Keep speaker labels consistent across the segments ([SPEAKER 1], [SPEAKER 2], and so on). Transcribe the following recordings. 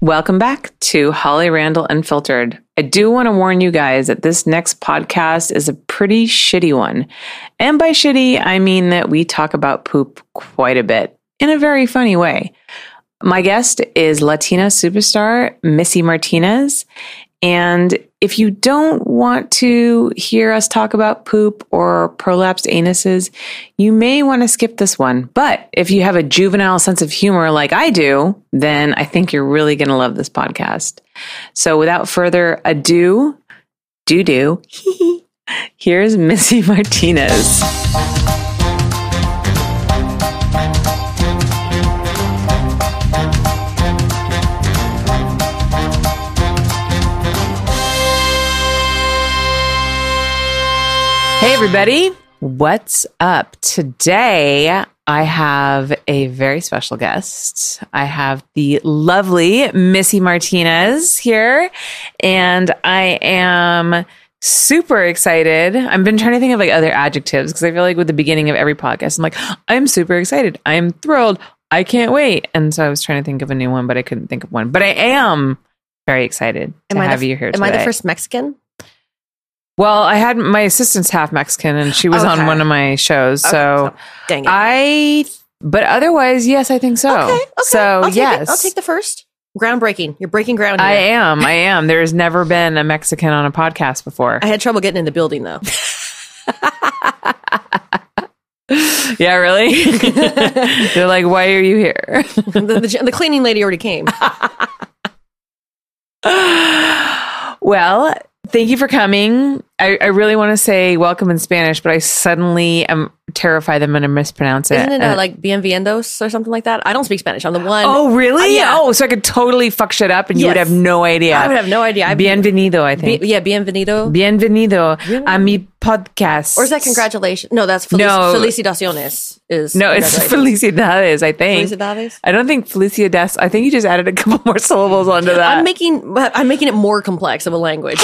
[SPEAKER 1] Welcome back to Holly Randall Unfiltered. I do want to warn you guys that this next podcast is a pretty shitty one. And by shitty, I mean that we talk about poop quite a bit in a very funny way. My guest is Latina superstar Missy Martinez. And if you don't want to hear us talk about poop or prolapsed anuses, you may want to skip this one. But if you have a juvenile sense of humor like I do, then I think you're really going to love this podcast. So without further ado, do do, here's Missy Martinez. Hey, everybody. What's up? Today, I have a very special guest. I have the lovely Missy Martinez here, and I am super excited. I've been trying to think of like other adjectives because I feel like with the beginning of every podcast, I'm like, I'm super excited. I'm thrilled. I can't wait. And so I was trying to think of a new one, but I couldn't think of one. But I am very excited to
[SPEAKER 2] Am I the
[SPEAKER 1] have
[SPEAKER 2] f-
[SPEAKER 1] you here
[SPEAKER 2] Am
[SPEAKER 1] today.
[SPEAKER 2] I the first Mexican?
[SPEAKER 1] Well, I had my assistant's half Mexican and she was on
[SPEAKER 2] Okay.
[SPEAKER 1] one of my shows. So oh,
[SPEAKER 2] Okay, dang it.
[SPEAKER 1] I, but otherwise, yes, I think so.
[SPEAKER 2] okay, okay.
[SPEAKER 1] So,
[SPEAKER 2] I'll take it.
[SPEAKER 1] yes.
[SPEAKER 2] I'll take the first. Groundbreaking. You're breaking ground. Here.
[SPEAKER 1] I am. I am. There has never been a Mexican on a podcast before.
[SPEAKER 2] I had trouble getting in the building though.
[SPEAKER 1] yeah, really? They're like, why are you here?
[SPEAKER 2] the, the, the cleaning lady already came.
[SPEAKER 1] well, thank you for coming. I, I really want to say welcome in Spanish, but I suddenly am terrified that I'm going to mispronounce it.
[SPEAKER 2] Isn't it
[SPEAKER 1] And-
[SPEAKER 2] uh, like bienvenidos or something like that? I don't speak Spanish. I'm the one.
[SPEAKER 1] Oh, really?
[SPEAKER 2] Uh, yeah.
[SPEAKER 1] Oh, so I could totally fuck shit up and you would
[SPEAKER 2] Yes.
[SPEAKER 1] have no idea.
[SPEAKER 2] I would have no idea. I've
[SPEAKER 1] Bienvenido, I think.
[SPEAKER 2] yeah, bienvenido.
[SPEAKER 1] Bienvenido a mi podcast.
[SPEAKER 2] or is that congratulations? No, that's felici-
[SPEAKER 1] No.
[SPEAKER 2] felicitaciones. Is
[SPEAKER 1] No, it's
[SPEAKER 2] congratulations.
[SPEAKER 1] felicidades, I think.
[SPEAKER 2] Felicidades?
[SPEAKER 1] I don't think felicidades. I think you just added a couple more syllables onto that.
[SPEAKER 2] I'm making I'm making it more complex of a language.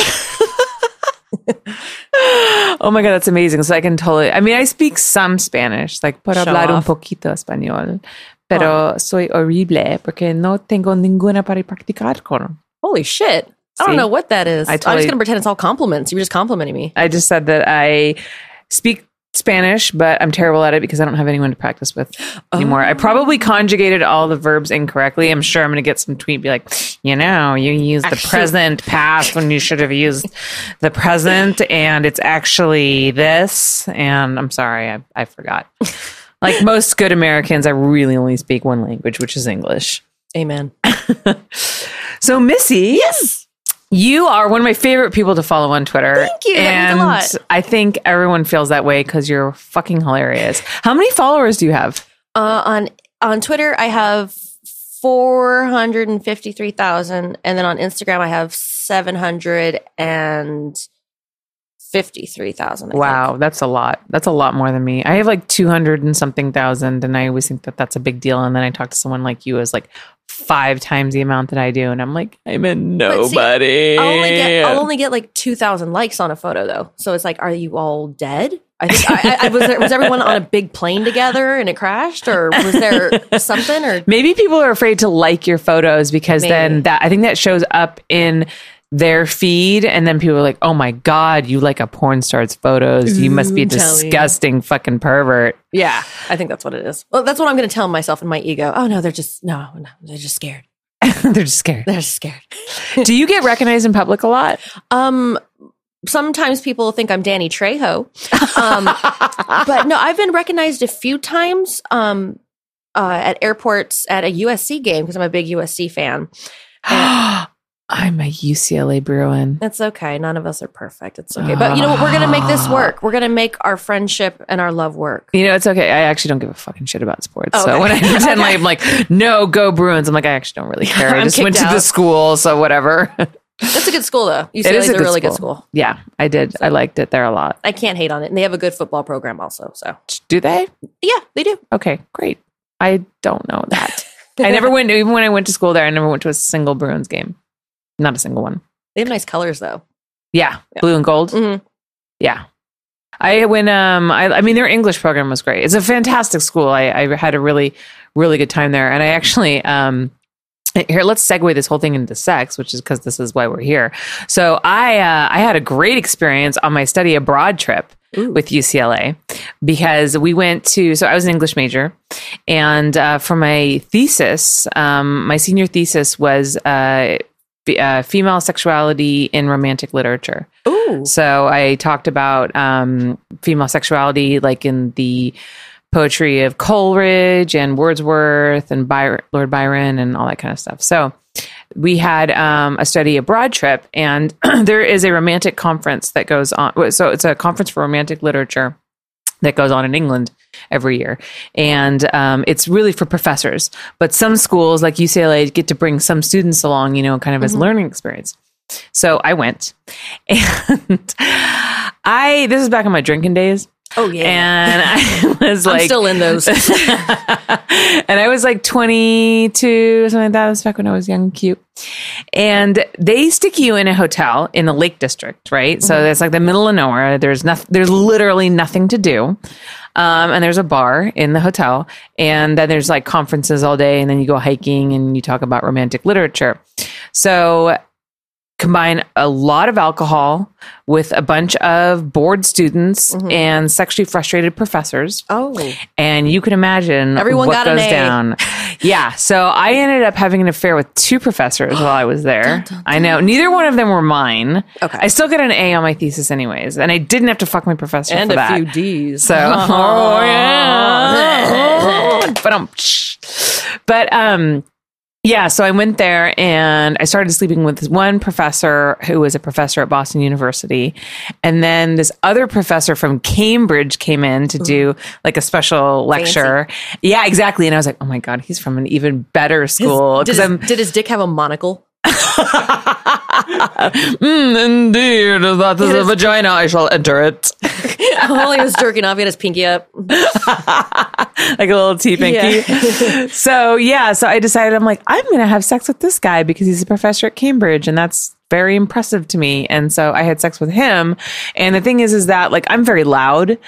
[SPEAKER 1] oh my God, that's amazing. So I can totally, I mean, I speak some Spanish, like por
[SPEAKER 2] Show
[SPEAKER 1] hablar
[SPEAKER 2] off.
[SPEAKER 1] un poquito español, pero soy horrible porque no tengo ninguna para practicar con.
[SPEAKER 2] Holy shit! I
[SPEAKER 1] See?
[SPEAKER 2] don't know what that is.
[SPEAKER 1] I
[SPEAKER 2] I'm
[SPEAKER 1] totally-
[SPEAKER 2] just gonna pretend it's all compliments. You were just complimenting me.
[SPEAKER 1] I just said that I speak Spanish, but I'm terrible at it because I don't have anyone to practice with anymore. I probably conjugated all the verbs incorrectly. I'm sure I'm going to get some tweet be like, you know, you used the present past when you should have used the present, and it's actually this. And I'm sorry, I, I forgot. Like most good Americans, I really only speak one language, which is English.
[SPEAKER 2] Amen.
[SPEAKER 1] So, Missy. Yes. You are one of my favorite people to follow on Twitter. Thank
[SPEAKER 2] you. That
[SPEAKER 1] And
[SPEAKER 2] means a lot.
[SPEAKER 1] I think everyone feels that way because you're fucking hilarious. How many followers do you have?
[SPEAKER 2] Uh, on on Twitter, I have four hundred and fifty three thousand, and then on Instagram, I have seven hundred and fifty three thousand.
[SPEAKER 1] Wow, that's a lot. That's a lot more than me. I have like 200 and something thousand, and I always think that that's a big deal. And then I talk to someone like you as like five times the amount that I do, and I'm like, I'm a
[SPEAKER 2] But see,
[SPEAKER 1] nobody.
[SPEAKER 2] I'll only get I'll only get like two thousand likes on a photo though. So it's like, are you all dead? I think I, I, I was there, was everyone on a big plane together and it crashed, or was there something? Or
[SPEAKER 1] Maybe people are afraid to like your photos because then
[SPEAKER 2] Maybe.
[SPEAKER 1] that I think that shows up in their feed and then people are like, "Oh my god, you like a porn star's photos. You must be a
[SPEAKER 2] Ooh, Mm, tell me."
[SPEAKER 1] disgusting fucking pervert."
[SPEAKER 2] yeah, I think that's what it is. Well, that's what I'm going to tell myself in my ego. Oh no, they're just no, no, they're just scared.
[SPEAKER 1] They're just scared.
[SPEAKER 2] They're just scared.
[SPEAKER 1] Do you get recognized in public a lot?
[SPEAKER 2] Um, sometimes people think I'm Danny Trejo, um, but no, I've been recognized a few times um, uh, at airports at a USC game because I'm a big USC fan.
[SPEAKER 1] I'm a UCLA Bruin.
[SPEAKER 2] That's okay. None of us are perfect. It's okay. But you know what? We're gonna make this work. We're gonna make our friendship and our love work.
[SPEAKER 1] You know, it's okay. I actually don't give a fucking shit about sports. So
[SPEAKER 2] Okay.
[SPEAKER 1] when I pretend like I'm like, no, go Bruins, I'm like, I actually don't really care. I
[SPEAKER 2] I'm
[SPEAKER 1] just went
[SPEAKER 2] kicked
[SPEAKER 1] to the
[SPEAKER 2] out.
[SPEAKER 1] school, so whatever.
[SPEAKER 2] That's a good school though. UCLA
[SPEAKER 1] It
[SPEAKER 2] is,
[SPEAKER 1] is
[SPEAKER 2] a, really good school.
[SPEAKER 1] Yeah, I did. I liked it there a lot.
[SPEAKER 2] I can't hate on it, and they have a good football program also. So
[SPEAKER 1] Do they?
[SPEAKER 2] yeah, they do.
[SPEAKER 1] Okay, great. I don't know that. I never went, even when I went to school there, I never went to a single Bruins game. Not a single one.
[SPEAKER 2] They have nice colors though.
[SPEAKER 1] Yeah, blue and gold.
[SPEAKER 2] Mhm.
[SPEAKER 1] Yeah. I when um I I mean their English program was great. It's a fantastic school. I I had a really really good time there, and I actually um here let's segue this whole thing into sex which is because this is why we're here so i uh, i had a great experience on my study abroad trip with ucla because we went to so i was an english major and uh, for my thesis um, my senior thesis was uh, f- uh, female sexuality in romantic literature
[SPEAKER 2] Ooh.
[SPEAKER 1] so I talked about um, female sexuality, like in the poetry of Coleridge and Wordsworth and Byron, Lord Byron and all that kind of stuff. So we had um, a study abroad trip, and there is a romantic conference that goes on. So it's a conference for romantic literature that goes on in England every year. And um, it's really for professors. But some schools, like UCLA, get to bring some students along, you know, kind of as learning experience. So I went and I, this is back in my drinking days.
[SPEAKER 2] Oh yeah.
[SPEAKER 1] And I was
[SPEAKER 2] I'm
[SPEAKER 1] like,
[SPEAKER 2] still in those.
[SPEAKER 1] and I was like 22, something like that. It was back when I was young, and cute. And they stick you in a hotel in the Lake District, right? So it's like the middle of nowhere. There's nothing. There's literally nothing to do. Um, and there's a bar in the hotel, and then there's like conferences all day, and then you go hiking and you talk about romantic literature. So combine a lot of alcohol with a bunch of bored students and sexually frustrated professors
[SPEAKER 2] oh.
[SPEAKER 1] and you can imagine
[SPEAKER 2] Everyone
[SPEAKER 1] what
[SPEAKER 2] got an
[SPEAKER 1] goes
[SPEAKER 2] A.
[SPEAKER 1] down. Yeah, so I ended up having an affair with two professors while I was there. I know neither one of them were mine.
[SPEAKER 2] Okay.
[SPEAKER 1] I still got an A on my thesis, anyways, and I didn't have to fuck my professor
[SPEAKER 2] And
[SPEAKER 1] for
[SPEAKER 2] a
[SPEAKER 1] that.
[SPEAKER 2] few D's.
[SPEAKER 1] So, oh, yeah. but um, but um, yeah. So I went there and I started sleeping with this one professor who was a professor at Boston University, and then this other professor from Cambridge came in to do like a special lecture. Yeah, exactly. And I was like, oh my god, he's from an even better school
[SPEAKER 2] Did
[SPEAKER 1] because
[SPEAKER 2] his,
[SPEAKER 1] I'm
[SPEAKER 2] did his dick have a monocle?
[SPEAKER 1] mm, indeed that is a
[SPEAKER 2] is-
[SPEAKER 1] vagina. I shall enter it
[SPEAKER 2] Only he was jerking off. He had his pinky up.
[SPEAKER 1] like a little tea pinky. so yeah, so I decided I'm like, I'm gonna have sex with this guy because he's a professor at Cambridge and that's very impressive to me. And so I had sex with him. And the thing is, is that like I'm very loud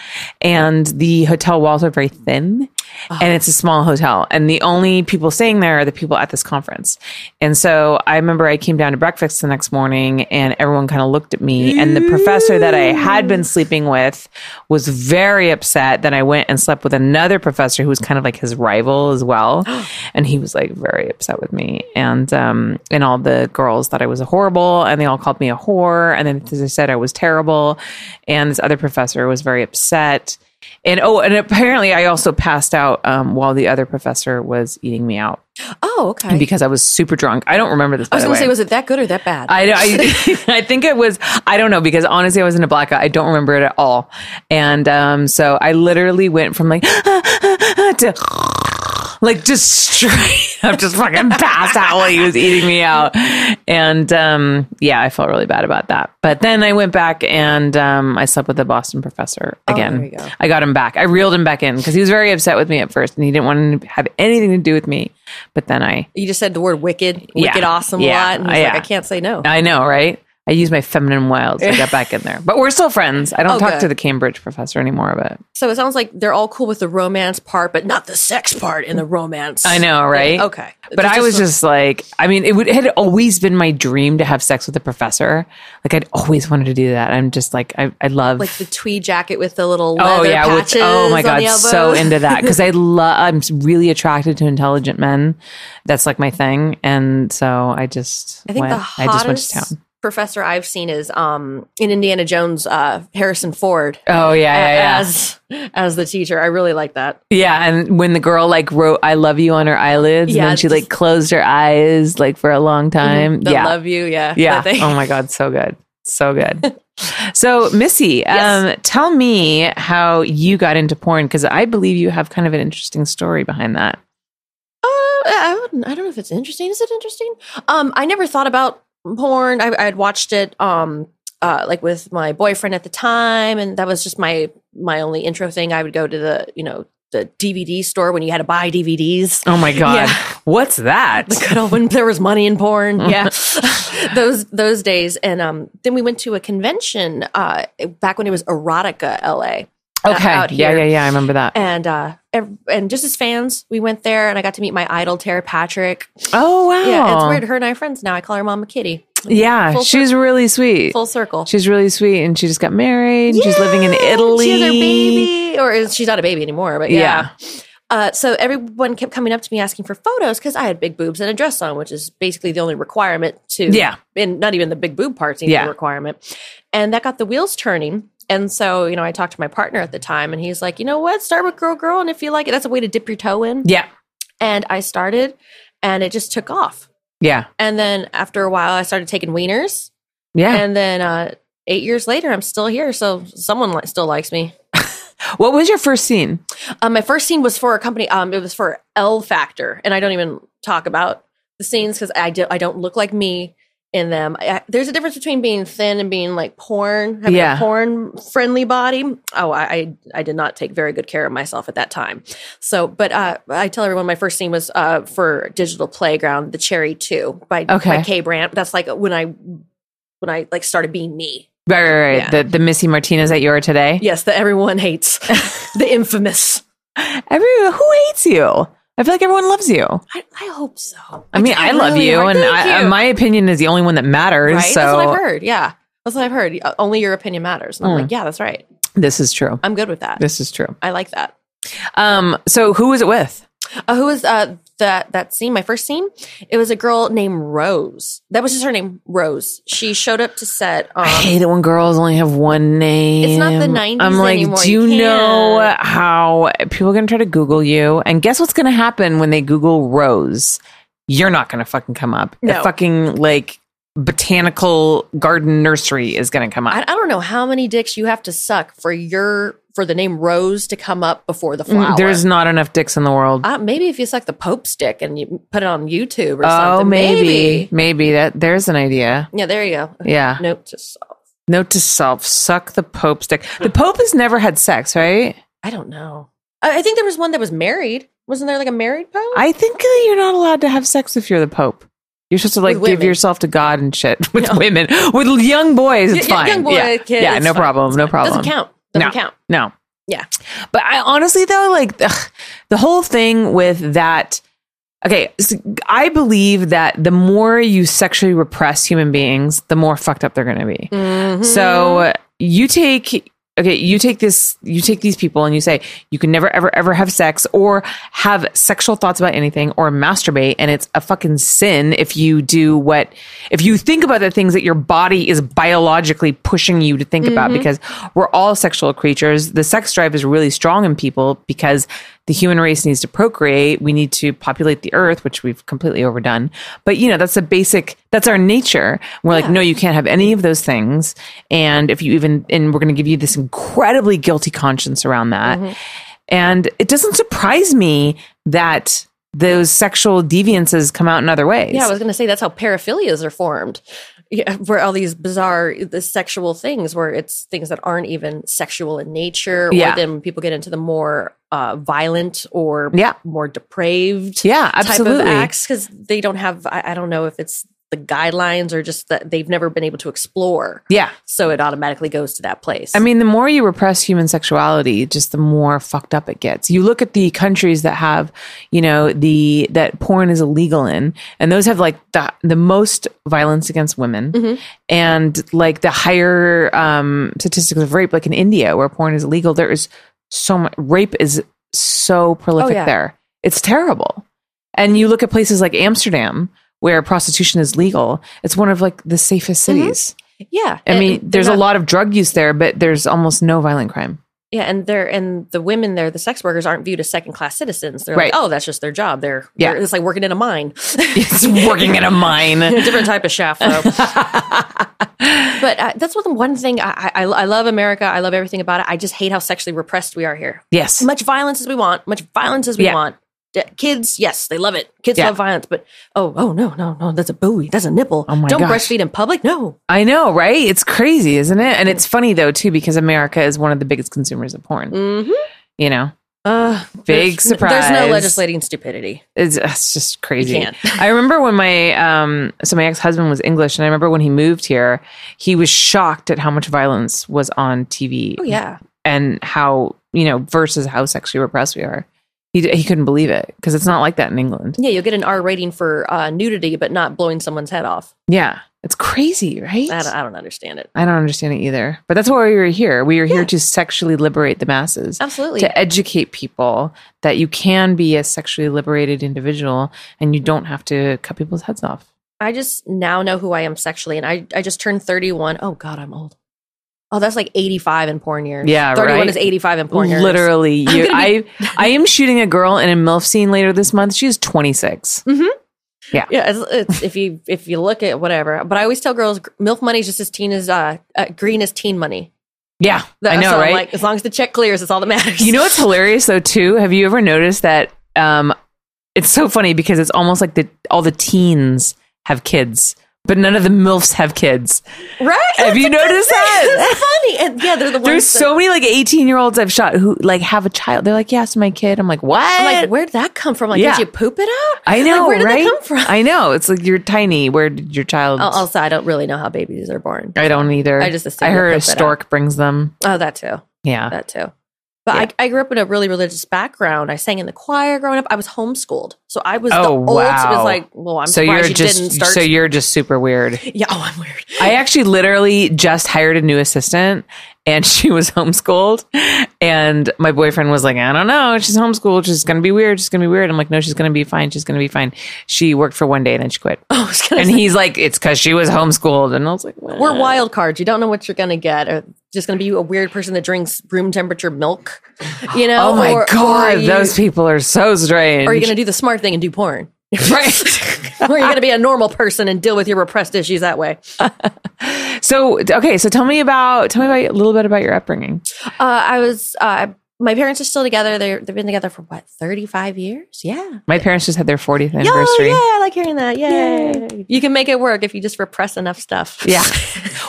[SPEAKER 1] and the hotel walls are very thin and it's a small hotel. And the only people staying there are the people at this conference. And so I remember I came down to breakfast the next morning and everyone kind of looked at me. And the professor that I had been sleeping with was very upset that I went and slept with another professor who was kind of like his rival as well. and he was like very upset with me. And um and all the girls thought I was horrible and they all called me a whore. And then as I said I was terrible. And this other professor was very upset. And oh, and apparently I also passed out um, while the other professor was eating me out
[SPEAKER 2] Oh, okay.
[SPEAKER 1] because I was super drunk. I don't remember this.
[SPEAKER 2] I
[SPEAKER 1] by
[SPEAKER 2] was
[SPEAKER 1] the
[SPEAKER 2] going to say,
[SPEAKER 1] way.
[SPEAKER 2] was it that good or that bad?
[SPEAKER 1] I, I, I think it was, I don't know, because honestly, I was in a blackout. I don't remember it at all. And um, so I literally went from like, to like just straight up, just fucking passed out while he was eating me out. And um, yeah, I felt really bad about that. But then I went back and um, I slept with the Boston professor again.
[SPEAKER 2] Oh, there you go.
[SPEAKER 1] I got him back. I reeled him back in because he was very upset with me at first and he didn't want to have anything to do with me. But then I
[SPEAKER 2] you just said the word wicked,
[SPEAKER 1] Yeah.
[SPEAKER 2] wicked awesome
[SPEAKER 1] Yeah.
[SPEAKER 2] a lot. And he's
[SPEAKER 1] Yeah.
[SPEAKER 2] like, I can't say no.
[SPEAKER 1] I know, right? I use my feminine wiles to get back in there. But we're still friends. I don't
[SPEAKER 2] Oh,
[SPEAKER 1] talk
[SPEAKER 2] good.
[SPEAKER 1] to the Cambridge professor anymore, but
[SPEAKER 2] So it sounds like they're all cool with the romance part, but not the sex part in the romance.
[SPEAKER 1] I know, right?
[SPEAKER 2] Okay.
[SPEAKER 1] But I was just like, I mean, it would it had always been my dream to have sex with a professor. Like I'd always wanted to do that. I'm just like I, I love
[SPEAKER 2] like the tweed jacket with the little leather
[SPEAKER 1] Oh yeah, with-
[SPEAKER 2] patches.
[SPEAKER 1] oh my
[SPEAKER 2] on
[SPEAKER 1] god,
[SPEAKER 2] the
[SPEAKER 1] so
[SPEAKER 2] elbows.
[SPEAKER 1] into that because I love. I'm really attracted to intelligent men. That's like my thing, and so I just
[SPEAKER 2] I think
[SPEAKER 1] went,
[SPEAKER 2] the
[SPEAKER 1] I
[SPEAKER 2] hottest
[SPEAKER 1] just went to town.
[SPEAKER 2] professor I've seen is um, in Indiana Jones, uh, Harrison Ford
[SPEAKER 1] Oh yeah, yeah, yeah.
[SPEAKER 2] as as the teacher. I really like that.
[SPEAKER 1] Yeah, and when the girl like wrote "I love you" on her eyelids,
[SPEAKER 2] Yeah,
[SPEAKER 1] and then she
[SPEAKER 2] just- Mm-hmm.
[SPEAKER 1] like closed her eyes like for a long time.
[SPEAKER 2] The
[SPEAKER 1] yeah,
[SPEAKER 2] love you, yeah,
[SPEAKER 1] yeah.
[SPEAKER 2] that thing.
[SPEAKER 1] Oh my god, so good, so good. so Missy, um, tell me how you got into porn because I believe you have kind of an interesting story behind that.
[SPEAKER 2] Uh, I, wouldn't, I don't know if it's interesting. Is it interesting? Um, I never thought about porn. I, I had watched it, um, uh, like with my boyfriend at the time, and that was just my my only intro thing. I would go to the you know the DVD store when you had to buy DVDs.
[SPEAKER 1] Oh my god,
[SPEAKER 2] Yeah.
[SPEAKER 1] what's that?
[SPEAKER 2] Good old when there was money in porn. Yeah, those those days. And um, then we went to a convention uh, back when it was Erotica LA. uh,
[SPEAKER 1] Okay.
[SPEAKER 2] out
[SPEAKER 1] yeah,
[SPEAKER 2] here.
[SPEAKER 1] yeah, yeah. I remember that.
[SPEAKER 2] And uh, ev- and just as fans, we went there, and I got to meet my idol Tara Patrick.
[SPEAKER 1] Oh wow.
[SPEAKER 2] Yeah, it's weird. Her and I are friends now. I call her Mama Kitty.
[SPEAKER 1] Yeah,
[SPEAKER 2] Full
[SPEAKER 1] she's really sweet.
[SPEAKER 2] Full circle.
[SPEAKER 1] She's really sweet, and she just got married. She's living in
[SPEAKER 2] Yeah,
[SPEAKER 1] Italy.
[SPEAKER 2] She has her baby, or is, she's not a baby anymore, but yeah.
[SPEAKER 1] Yeah.
[SPEAKER 2] Uh, so everyone kept coming up to me asking for photos because I had big boobs and a dress on, which is basically the only requirement to
[SPEAKER 1] Yeah.
[SPEAKER 2] and not even the big boob part's even
[SPEAKER 1] Yeah.
[SPEAKER 2] a requirement. And that got the wheels turning. And so you know, I talked to my partner at the time, and he's like, you know what, start with girl, girl, and if you like it, that's a way to dip your toe in.
[SPEAKER 1] Yeah,
[SPEAKER 2] And I started, and it just took off.
[SPEAKER 1] yeah,
[SPEAKER 2] And then after a while, I started taking wieners,
[SPEAKER 1] yeah.
[SPEAKER 2] and then uh, eight years later, I'm still here. So someone li- still likes me.
[SPEAKER 1] what was your first scene?
[SPEAKER 2] Um, my first scene was for a company. Um, it was for L Factor, and I don't even talk about the scenes because I do, I don't look like me in them. I, I- there's a difference between being thin and being like porn, having
[SPEAKER 1] Yeah.
[SPEAKER 2] a porn friendly body. Oh, I, I I did not take very good care of myself at that time. So, but uh, I tell everyone my first scene was uh, for Digital Playground, The Cherry Two by
[SPEAKER 1] Okay.
[SPEAKER 2] by K Brandt. That's like when I when I like started being me.
[SPEAKER 1] Right, right, right.
[SPEAKER 2] Yeah.
[SPEAKER 1] The the Missy Martinez that you are today.
[SPEAKER 2] Yes, that everyone hates, the infamous.
[SPEAKER 1] Everyone who hates you. I feel like everyone loves you.
[SPEAKER 2] I, I hope so.
[SPEAKER 1] I mean, I, love
[SPEAKER 2] really
[SPEAKER 1] you,
[SPEAKER 2] are.
[SPEAKER 1] and
[SPEAKER 2] Thank
[SPEAKER 1] I,
[SPEAKER 2] you.
[SPEAKER 1] my opinion is the only one that matters.
[SPEAKER 2] right?
[SPEAKER 1] So Hmm.
[SPEAKER 2] that's what I've heard. Yeah, that's what I've heard. Uh, Only your opinion matters. And I'm like, yeah, that's right.
[SPEAKER 1] this is true.
[SPEAKER 2] I'm good with that.
[SPEAKER 1] This is true.
[SPEAKER 2] I like that.
[SPEAKER 1] Um. So who was it with?
[SPEAKER 2] Uh, who was uh, that that scene? My first scene. It was a girl named Rose. That was just her name, Rose. She showed up to set. Um,
[SPEAKER 1] I hate it when girls only have one name.
[SPEAKER 2] It's not the 90s
[SPEAKER 1] I'm like,
[SPEAKER 2] anymore.
[SPEAKER 1] do you
[SPEAKER 2] You
[SPEAKER 1] know
[SPEAKER 2] can't.
[SPEAKER 1] how people are going to try to Google you? And guess what's going to happen when they Google Rose? You're not going to fucking come up. The
[SPEAKER 2] No.
[SPEAKER 1] fucking like botanical garden nursery is going to come
[SPEAKER 2] I,
[SPEAKER 1] up.
[SPEAKER 2] I don't know how many dicks you have to suck for your for the name Rose to come up before the
[SPEAKER 1] Mm,
[SPEAKER 2] flower.
[SPEAKER 1] There's not enough dicks in the world.
[SPEAKER 2] uh, maybe if you suck the Pope's dick and you put it on YouTube or
[SPEAKER 1] Oh,
[SPEAKER 2] something.
[SPEAKER 1] maybe, maybe, that there's an idea.
[SPEAKER 2] Yeah, there you go.
[SPEAKER 1] Yeah.
[SPEAKER 2] Note to self.
[SPEAKER 1] Note to self: suck the Pope's dick. The Pope has never had sex, right?
[SPEAKER 2] I don't know. I, I think there was one that was married. Wasn't there like a married pope?
[SPEAKER 1] I think that you're not allowed to have sex if you're the Pope. You're supposed to like
[SPEAKER 2] With
[SPEAKER 1] give
[SPEAKER 2] women.
[SPEAKER 1] yourself to God and shit with women. With young boys, it's
[SPEAKER 2] Yeah, yeah,
[SPEAKER 1] fine.
[SPEAKER 2] young boy
[SPEAKER 1] yeah.
[SPEAKER 2] kid,
[SPEAKER 1] yeah,
[SPEAKER 2] it's
[SPEAKER 1] no
[SPEAKER 2] fine.
[SPEAKER 1] problem. No problem.
[SPEAKER 2] Doesn't count. Doesn't
[SPEAKER 1] No.
[SPEAKER 2] count.
[SPEAKER 1] No.
[SPEAKER 2] Yeah.
[SPEAKER 1] But I honestly though, like ugh, the whole thing with that. Okay, s I I believe that the more you sexually repress human beings, the more fucked up they're going to be. Mm-hmm. So you take okay, you take this you take these people and you say you can never ever ever have sex or have sexual thoughts about anything or masturbate and it's a fucking sin if you do what if you think about the things that your body is biologically pushing you to think about because we're all sexual creatures. The sex drive is really strong in people because the human race needs to procreate. We need to populate the earth, which we've completely overdone. But you know, that's the basic that's our nature. We're like, no, you can't have any of those things. And if you even and we're gonna give you this incredibly guilty conscience around that.
[SPEAKER 2] Mm-hmm.
[SPEAKER 1] And it doesn't surprise me that those sexual deviances come out in other ways.
[SPEAKER 2] yeah, I was gonna say that's how paraphilias are formed. Yeah, where all these bizarre the sexual things where it's things that aren't even sexual in nature,
[SPEAKER 1] Yeah.
[SPEAKER 2] or then when people get into the more uh, violent or
[SPEAKER 1] Yeah.
[SPEAKER 2] more depraved
[SPEAKER 1] yeah,
[SPEAKER 2] type
[SPEAKER 1] absolutely.
[SPEAKER 2] of acts because they don't have I, I don't know if it's the guidelines or just that they've never been able to explore.
[SPEAKER 1] Yeah.
[SPEAKER 2] So it automatically goes to that place.
[SPEAKER 1] I mean, the more you repress human sexuality, just the more fucked up it gets. You look at the countries that have, you know, the that porn is illegal in, and those have like the the most violence against women,
[SPEAKER 2] Mm-hmm.
[SPEAKER 1] and like the higher um, statistics of rape. Like in India, where porn is illegal, there is so much rape is so prolific
[SPEAKER 2] Oh, yeah.
[SPEAKER 1] there. It's terrible. And you look at places like Amsterdam, where prostitution is legal. It's one of like the safest
[SPEAKER 2] Mm-hmm.
[SPEAKER 1] cities.
[SPEAKER 2] yeah.
[SPEAKER 1] I
[SPEAKER 2] and
[SPEAKER 1] mean,
[SPEAKER 2] they're
[SPEAKER 1] there's
[SPEAKER 2] not-
[SPEAKER 1] a lot of drug use there, but there's almost no violent crime.
[SPEAKER 2] Yeah, and they're and the women there, the sex workers aren't viewed as second class citizens. They're
[SPEAKER 1] Right.
[SPEAKER 2] like, oh, that's just their job. They're,
[SPEAKER 1] Yeah.
[SPEAKER 2] they're- it's like working in a mine.
[SPEAKER 1] It's working in a mine.
[SPEAKER 2] Different type of shaft, though. but uh, that's what the one thing I, I I love America. I love everything about it. I just hate how sexually repressed we are here.
[SPEAKER 1] Yes.
[SPEAKER 2] As much violence as we want, much violence as we
[SPEAKER 1] Yeah.
[SPEAKER 2] want. D- Kids, yes, they love it. Kids
[SPEAKER 1] Yeah.
[SPEAKER 2] love violence, but oh, oh no, no, no, that's a buoy, that's a nipple.
[SPEAKER 1] Oh my
[SPEAKER 2] Don't
[SPEAKER 1] gosh.
[SPEAKER 2] breastfeed in public. No,
[SPEAKER 1] I know, right? It's crazy, isn't it? And it's funny though too, because America is one of the biggest consumers of porn.
[SPEAKER 2] Mhm.
[SPEAKER 1] You know,
[SPEAKER 2] uh,
[SPEAKER 1] Mm-hmm. big surprise.
[SPEAKER 2] There's no legislating stupidity.
[SPEAKER 1] It's, uh, it's just crazy.
[SPEAKER 2] can't.
[SPEAKER 1] I remember when my um, so my ex husband was English, and I remember when he moved here, he was shocked at how much violence was on TV.
[SPEAKER 2] Oh yeah,
[SPEAKER 1] and how you know versus how sexually repressed we are. He d- he couldn't believe it because it's not like that in England.
[SPEAKER 2] Yeah, you'll get an R rating for uh, nudity, but not blowing someone's head off.
[SPEAKER 1] Yeah, it's crazy, right?
[SPEAKER 2] I don't, I don't understand it.
[SPEAKER 1] I don't understand it either. But that's why we were here. We are here to sexually liberate the masses.
[SPEAKER 2] Absolutely.
[SPEAKER 1] to educate people that you can be a sexually liberated individual and you don't have to cut people's heads off.
[SPEAKER 2] I just now know who I am sexually, and I, I just turned 31. Oh, God, I'm old. Oh, that's like 85 in porn years.
[SPEAKER 1] Yeah,
[SPEAKER 2] 31
[SPEAKER 1] right?
[SPEAKER 2] is 85 in porn years.
[SPEAKER 1] Literally, you,
[SPEAKER 2] gonna
[SPEAKER 1] I I am shooting a girl in a MILF scene later this month. She's 26.
[SPEAKER 2] Yeah, it's, it's, if you if you look at whatever, but I always tell girls, gr- milk money is just as teen as uh, uh green as teen money.
[SPEAKER 1] Yeah, I know,
[SPEAKER 2] so I'm
[SPEAKER 1] right?
[SPEAKER 2] Like as long as the check clears, it's all that matters.
[SPEAKER 1] you know what's hilarious though too? Have you ever noticed that um it's so funny because it's almost like the all the teens have kids, but none of the MILFs have kids.
[SPEAKER 2] right?
[SPEAKER 1] Have you noticed that?
[SPEAKER 2] That's funny. And yeah, they're the ones.
[SPEAKER 1] There's
[SPEAKER 2] that-
[SPEAKER 1] so many like 18 year olds I've shot who like have a child. They're like, yeah, so my kid. I'm like, what?
[SPEAKER 2] I'm like, where'd that come from? Like,
[SPEAKER 1] Yeah.
[SPEAKER 2] did you poop it out?
[SPEAKER 1] I
[SPEAKER 2] Like,
[SPEAKER 1] know,
[SPEAKER 2] where did
[SPEAKER 1] right?
[SPEAKER 2] that come from?
[SPEAKER 1] I know. It's like you're tiny. Where did your child?
[SPEAKER 2] Al- also, I don't really know how babies are born.
[SPEAKER 1] I don't either.
[SPEAKER 2] I just assume
[SPEAKER 1] I
[SPEAKER 2] they
[SPEAKER 1] heard a
[SPEAKER 2] poop it out.
[SPEAKER 1] stork brings them.
[SPEAKER 2] Oh, that too.
[SPEAKER 1] Yeah.
[SPEAKER 2] That too. But I, I grew up in a really religious background. I sang in the choir growing up. I was homeschooled, so I was the
[SPEAKER 1] Oh,
[SPEAKER 2] old.
[SPEAKER 1] wow.
[SPEAKER 2] It was like, well, I'm
[SPEAKER 1] so
[SPEAKER 2] surprised
[SPEAKER 1] you're
[SPEAKER 2] you didn't
[SPEAKER 1] just
[SPEAKER 2] start.
[SPEAKER 1] so you're just super weird.
[SPEAKER 2] yeah, oh, I'm weird.
[SPEAKER 1] I actually literally just hired a new assistant and she was homeschooled. And my boyfriend was like, I don't know. She's homeschooled. She's going to be weird. She's going to be weird. I'm like, no, she's going to be fine. She's going to be fine. She worked for one day and then she quit.
[SPEAKER 2] Oh, I was gonna
[SPEAKER 1] And
[SPEAKER 2] say,
[SPEAKER 1] he's like, it's because she was homeschooled. And I was like, well,
[SPEAKER 2] we're wild cards. You don't know what you're gonna get, or just gonna be a weird person that drinks room temperature milk. You know?
[SPEAKER 1] Oh my
[SPEAKER 2] Or- or
[SPEAKER 1] God.
[SPEAKER 2] are you-
[SPEAKER 1] those people are so strange.
[SPEAKER 2] Or are you gonna do the smart thing and do porn?
[SPEAKER 1] right.
[SPEAKER 2] or are you gonna be a normal person and deal with your repressed issues that way?
[SPEAKER 1] So okay, so tell me about tell me about a little bit about your upbringing.
[SPEAKER 2] Uh, I was. Uh, my parents are still together. They're, they've been together for what, 35 years? Yeah.
[SPEAKER 1] My parents just had their 40th
[SPEAKER 2] Yo,
[SPEAKER 1] anniversary.
[SPEAKER 2] yeah, I like hearing that. Yay. You can make it work if you just repress enough stuff.
[SPEAKER 1] Yeah.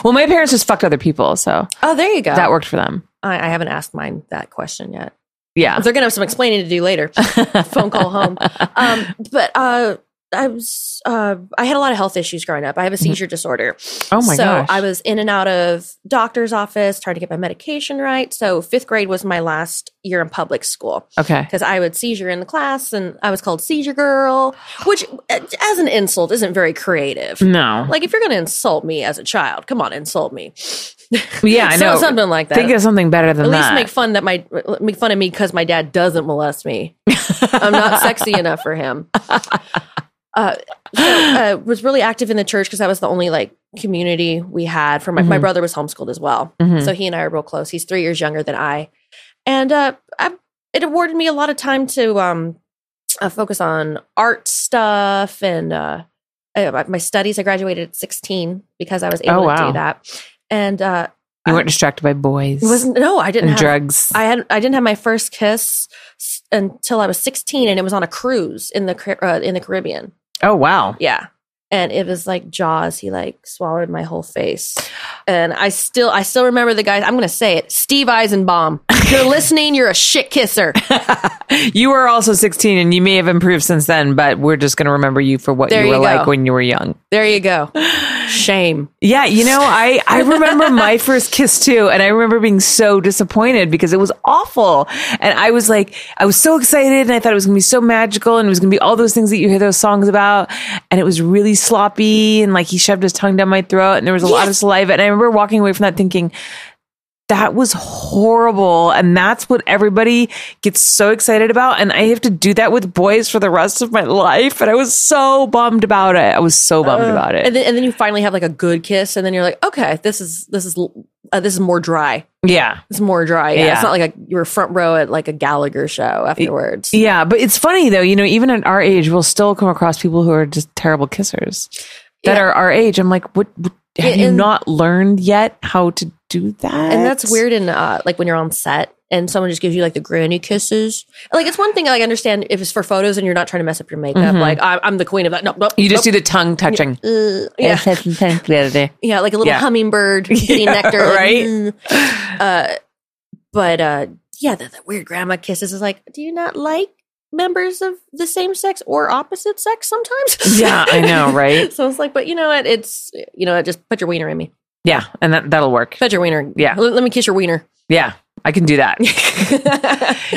[SPEAKER 1] Well, my parents just fucked other people, so
[SPEAKER 2] Oh, there you go.
[SPEAKER 1] that worked for them.
[SPEAKER 2] I, I haven't asked mine that question yet.
[SPEAKER 1] Yeah.
[SPEAKER 2] They're going to have some explaining to do later. Phone call home. Um, but uh, I was, uh, I had a lot of health issues growing up. I have a seizure disorder.
[SPEAKER 1] Oh my
[SPEAKER 2] so
[SPEAKER 1] gosh.
[SPEAKER 2] I was in and out of doctor's office trying to get my medication right. So fifth grade was my last year in public school.
[SPEAKER 1] okay.
[SPEAKER 2] because I would seizure in the class and I was called seizure girl, which uh, as an insult isn't very creative.
[SPEAKER 1] No.
[SPEAKER 2] Like if you're going to insult me as a child, come on, insult me.
[SPEAKER 1] Yeah, I
[SPEAKER 2] So-
[SPEAKER 1] know.
[SPEAKER 2] something like that.
[SPEAKER 1] Think of something better than
[SPEAKER 2] At least
[SPEAKER 1] that.
[SPEAKER 2] make fun that my make fun of me because my dad doesn't molest me. I'm not sexy enough for him. Uh, so, uh, was really active in the church because that was the only like community we had. For my, my
[SPEAKER 1] Mhm.
[SPEAKER 2] brother was homeschooled as well,
[SPEAKER 1] Mhm.
[SPEAKER 2] so he and I are real close. He's three years younger than I, and uh, I, it awarded me a lot of time to um, uh, focus on art stuff and uh, uh, my studies. I graduated at 16 because I was able
[SPEAKER 1] Oh,
[SPEAKER 2] to
[SPEAKER 1] wow.
[SPEAKER 2] do that, and uh,
[SPEAKER 1] you weren't distracted by boys
[SPEAKER 2] it wasn't no, I didn't
[SPEAKER 1] and
[SPEAKER 2] have
[SPEAKER 1] drugs.
[SPEAKER 2] I had I didn't have my first kiss s- until I was 16, and it was on a cruise in the Car- uh, in the Caribbean.
[SPEAKER 1] oh wow.
[SPEAKER 2] Yeah, and it was like Jaws. He like swallowed my whole face, and I still I still remember the guy. I'm gonna say it, Steve Eisenbaum. If you're listening. You're a shit kisser.
[SPEAKER 1] You were also 16 and you may have improved since then, but we're just going to remember you for what
[SPEAKER 2] There
[SPEAKER 1] you were
[SPEAKER 2] you
[SPEAKER 1] like
[SPEAKER 2] go.
[SPEAKER 1] when you were young.
[SPEAKER 2] There you go. Shame.
[SPEAKER 1] Yeah, you know, I I remember my first kiss too, and I remember being so disappointed because it was awful, and I was like, I was so excited, and I thought it was gonna be so magical, and it was gonna be all those things that you hear those songs about, and it was really sloppy, and like he shoved his tongue down my throat, and there was a lot of saliva, and I remember walking away from that thinking. That was horrible. And that's what everybody gets so excited about. And I have to do that with boys for the rest of my life. And I was so bummed about it. I was so bummed about it.
[SPEAKER 2] Uh, And then, and then you finally have like a good kiss, and then you're like, okay, this is this is l- uh, this is more dry.
[SPEAKER 1] yeah.
[SPEAKER 2] It's more dry. Yeah.
[SPEAKER 1] Yeah.
[SPEAKER 2] It's not like a, you were front row at like a Gallagher show afterwards.
[SPEAKER 1] Yeah, but it's funny though, you know, even at our age, we'll still come across people who are just terrible kissers that
[SPEAKER 2] Yeah.
[SPEAKER 1] are our age. I'm like, what, what have
[SPEAKER 2] And-
[SPEAKER 1] you
[SPEAKER 2] and-
[SPEAKER 1] not learned yet how to do that?
[SPEAKER 2] And that's weird in uh, like when you're on set and someone just gives you like the granny kisses. Like it's one thing like, I understand if it's for photos and you're not trying to mess up your makeup. Like I'm, I'm the queen of that. No, no,
[SPEAKER 1] Mm-hmm. You just do the tongue touching.
[SPEAKER 2] do. yeah, yeah, like a little
[SPEAKER 1] Yeah.
[SPEAKER 2] hummingbird getting nectar, like,
[SPEAKER 1] right?
[SPEAKER 2] mm. Uh, but uh, yeah, the, the weird grandma kisses is like, do you not like members of the same sex or opposite sex sometimes?
[SPEAKER 1] Yeah, I know, right?
[SPEAKER 2] so it's like, but you know what? It's you know, what, just put your wiener in me.
[SPEAKER 1] Yeah, and that, that'll work.
[SPEAKER 2] Fed your wiener.
[SPEAKER 1] Yeah.
[SPEAKER 2] Let, let me kiss your wiener.
[SPEAKER 1] Yeah, I can do that.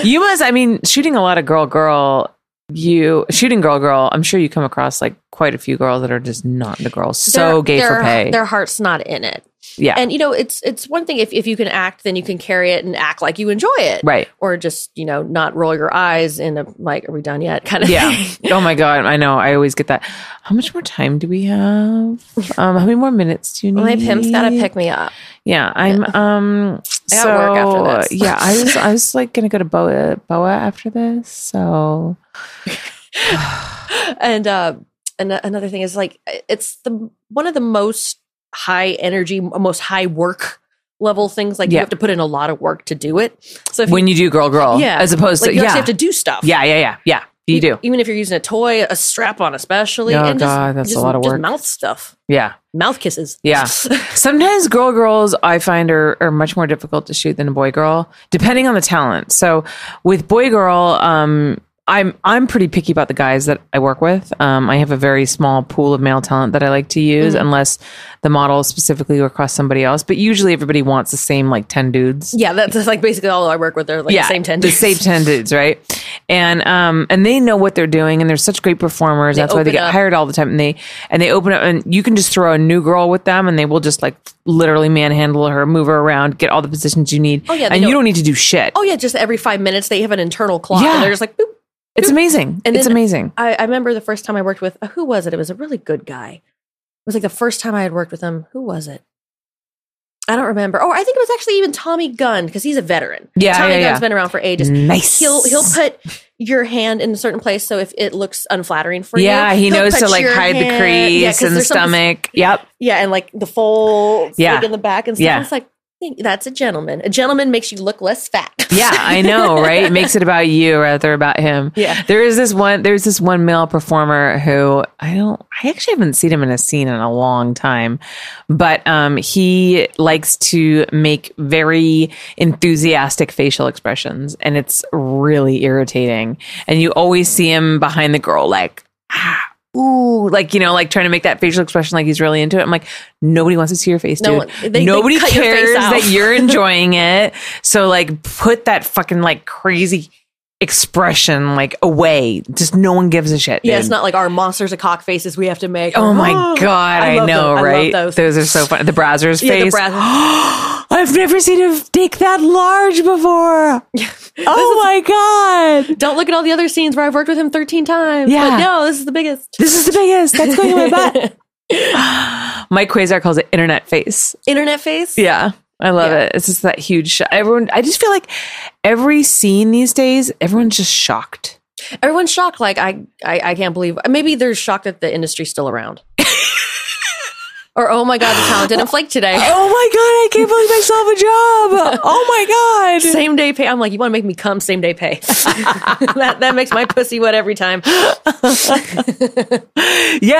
[SPEAKER 1] you must, I mean, shooting a lot of girl, girl, you shooting girl, girl, I'm sure you come across like quite a few girls that are just not the girls. So
[SPEAKER 2] Their-
[SPEAKER 1] gay
[SPEAKER 2] their-
[SPEAKER 1] for pay.
[SPEAKER 2] Their heart's not in it.
[SPEAKER 1] Yeah.
[SPEAKER 2] And you know, it's it's one thing if, if you can act, then you can carry it and act like you enjoy it.
[SPEAKER 1] right.
[SPEAKER 2] Or just, you know, not roll your eyes in a like, are we done yet? Kind of
[SPEAKER 1] Yeah.
[SPEAKER 2] thing.
[SPEAKER 1] Oh my God. I know. I always get that. How much more time do we have? Um, how many more minutes do you need?
[SPEAKER 2] My pimp's gotta pick me up.
[SPEAKER 1] Yeah, I'm. Um,
[SPEAKER 2] I
[SPEAKER 1] so
[SPEAKER 2] got work after this.
[SPEAKER 1] yeah, I was. I was like gonna go to Boa Boa after this. So
[SPEAKER 2] and uh and another thing is like it's the one of the most high energy most high work level things
[SPEAKER 1] Yeah.
[SPEAKER 2] like you have to put in a lot of work to do it so if
[SPEAKER 1] when you do girl girl,
[SPEAKER 2] you, yeah
[SPEAKER 1] as opposed
[SPEAKER 2] like
[SPEAKER 1] to
[SPEAKER 2] you
[SPEAKER 1] yeah,
[SPEAKER 2] actually have to do stuff E,
[SPEAKER 1] yeah, yeah, yeah, yeah, you do.
[SPEAKER 2] even if you're using a toy a strap on especially
[SPEAKER 1] Oh,
[SPEAKER 2] and just-
[SPEAKER 1] God, that's
[SPEAKER 2] just,
[SPEAKER 1] a lot of
[SPEAKER 2] just
[SPEAKER 1] work.
[SPEAKER 2] mouth stuff
[SPEAKER 1] Yeah,
[SPEAKER 2] mouth kisses
[SPEAKER 1] Yeah. sometimes girl girls I find are are much more difficult to shoot than a boy girl, depending on the talent. So with boy girl, um. I'm I'm pretty picky about the guys that I work with. Um, I have a very small pool of male talent that I like to use, unless the model specifically requests somebody else. But usually, everybody wants the same like ten dudes.
[SPEAKER 2] yeah that's just, like basically all i work with they're like the same 10
[SPEAKER 1] the same ten dudes, right? And um, and they know what they're doing, and they're such great performers. That's why they
[SPEAKER 2] open
[SPEAKER 1] get
[SPEAKER 2] up.
[SPEAKER 1] hired all the time. And they and they open up, and you can just throw a new girl with them, and they will just like literally manhandle her, move her around, get all the positions you need. Oh
[SPEAKER 2] yeah, they
[SPEAKER 1] and you
[SPEAKER 2] know-
[SPEAKER 1] don't need to do shit.
[SPEAKER 2] oh yeah just every five minutes they have an internal clock
[SPEAKER 1] Yeah.
[SPEAKER 2] and they're just like boop.
[SPEAKER 1] it's amazing.
[SPEAKER 2] And
[SPEAKER 1] it's
[SPEAKER 2] then-
[SPEAKER 1] amazing.
[SPEAKER 2] I, I remember the first time I worked with uh, who was it? It was a really good guy. It was like the first time I had worked with him. Who was it? I don't remember. Oh, I think it was actually even Tommy Gunn because he's a veteran.
[SPEAKER 1] Yeah,
[SPEAKER 2] Tommy
[SPEAKER 1] yeah,
[SPEAKER 2] Gunn's
[SPEAKER 1] yeah.
[SPEAKER 2] been around for ages.
[SPEAKER 1] nice.
[SPEAKER 2] He'll he'll put your hand in a certain place so if it looks unflattering for
[SPEAKER 1] yeah,
[SPEAKER 2] you,
[SPEAKER 1] he
[SPEAKER 2] he'll
[SPEAKER 1] knows to
[SPEAKER 2] put
[SPEAKER 1] like
[SPEAKER 2] your
[SPEAKER 1] hide the
[SPEAKER 2] hand- yeah,
[SPEAKER 1] crease
[SPEAKER 2] 'cause
[SPEAKER 1] and the
[SPEAKER 2] there's some-
[SPEAKER 1] stomach. Yep.
[SPEAKER 2] Yeah, and like the folds
[SPEAKER 1] Yeah.
[SPEAKER 2] like, in the back and stuff.
[SPEAKER 1] Yeah.
[SPEAKER 2] It's like think- that's a gentleman. A gentleman makes you look less fat.
[SPEAKER 1] Yeah, I know, right? It makes it about you rather than about him.
[SPEAKER 2] Yeah.
[SPEAKER 1] There is this one there's this one male performer who I don't I actually haven't seen him in a scene in a long time. But um he likes to make very enthusiastic facial expressions and it's really irritating. And you always see him behind the girl like ah Ooh, like you know, like trying to make that facial expression, like he's really into it. I'm like, nobody wants to see your face,
[SPEAKER 2] No
[SPEAKER 1] dude.
[SPEAKER 2] one- they- they
[SPEAKER 1] nobody
[SPEAKER 2] cut your face
[SPEAKER 1] cares
[SPEAKER 2] out.
[SPEAKER 1] that you're enjoying it. So like put that fucking like crazy expression like away. Just no one gives a shit.
[SPEAKER 2] yeah, it's
[SPEAKER 1] dude.
[SPEAKER 2] not like our monsters of cock faces we have to make.
[SPEAKER 1] Oh my god, I,
[SPEAKER 2] love
[SPEAKER 1] know,
[SPEAKER 2] those. I love
[SPEAKER 1] right?
[SPEAKER 2] those.
[SPEAKER 1] Those are so fun. The Brazzers
[SPEAKER 2] Yeah, the
[SPEAKER 1] face.
[SPEAKER 2] Brazzers.
[SPEAKER 1] I've never seen a dick that large before. oh my god.
[SPEAKER 2] Don't look at all the other scenes where I've worked with him 13 times.
[SPEAKER 1] Yeah.
[SPEAKER 2] But no, this is the biggest.
[SPEAKER 1] This is the biggest. That's going in my butt. Mike Quasar calls it internet face.
[SPEAKER 2] Internet face?
[SPEAKER 1] Yeah. I love
[SPEAKER 2] Yeah.
[SPEAKER 1] it. It's just that huge shock. Everyone, I just feel like every scene these days, everyone's just shocked.
[SPEAKER 2] Everyone's shocked. Like, I, I, I can't believe. Maybe they're shocked that the industry's still around. or, oh my God, the talent didn't flake today.
[SPEAKER 1] Oh my god, I can't believe I still have a job. Oh my god.
[SPEAKER 2] Same day pay. I'm like, you want to make me come same day pay. that, that makes my pussy wet every time.
[SPEAKER 1] Yeah,